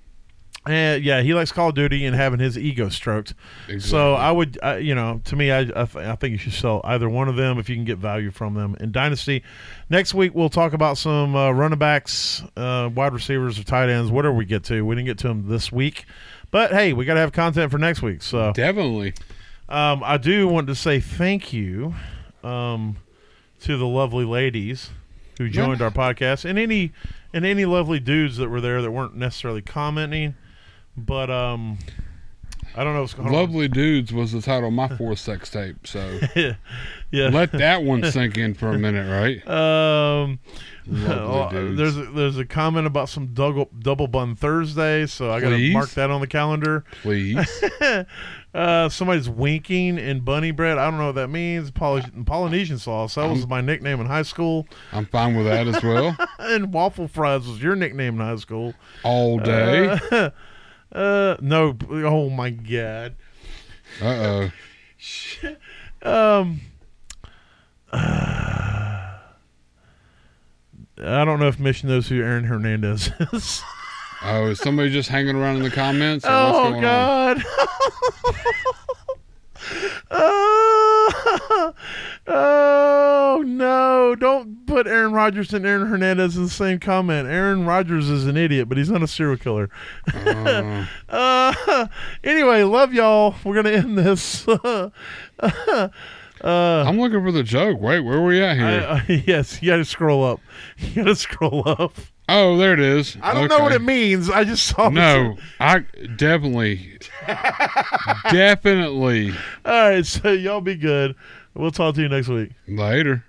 B: eh, yeah, he likes Call of Duty and having his ego stroked. So I would, uh, you know, to me, I, I, th- I think you should sell either one of them if you can get value from them in Dynasty. Next week we'll talk about some uh, running backs, uh, wide receivers, or tight ends, whatever we get to. We didn't get to them this week, but hey, we got to have content for next week. So
A: Definitely.
B: um, I do want to say thank you um, to the lovely ladies who joined our podcast and any and any lovely dudes that were there that weren't necessarily commenting, but um, I don't know. What's going on.
A: Lovely Dudes was the title of my fourth sex tape. So
B: Yeah.
A: let that one sink in for a minute, right?
B: Um, uh,
A: Lovely Dudes.
B: there's a, there's a comment about some double double bun Thursday, so I gotta
A: Please?
B: mark that on the calendar.
A: Please.
B: Uh, somebody's winking in bunny bread. I don't know what that means. Poly- Polynesian sauce. That was my nickname in high school,
A: I'm fine with that as well.
B: and waffle fries was your nickname in high school.
A: All day. Uh
B: Uh, no. Oh my god.
A: oh.
B: Um. I don't know if Mitch knows who Aaron Hernandez is.
A: Oh, is somebody just hanging around in the comments? Or what's
B: Oh
A: going on?
B: God. oh, oh, no! Don't put Aaron Rodgers and Aaron Hernandez in the same comment. Aaron Rodgers is an idiot, but he's not a serial killer.
A: Uh,
B: Uh, anyway, love y'all. We're gonna end this. uh,
A: I'm looking for the joke. Wait, where are we at here?
B: uh, yes, you gotta scroll up. You gotta scroll up.
A: oh, there it is.
B: I don't know what
A: Okay.
B: it means. I just saw.
A: No, I definitely, definitely
B: All right, so y'all be good. We'll talk to you next week.
A: later.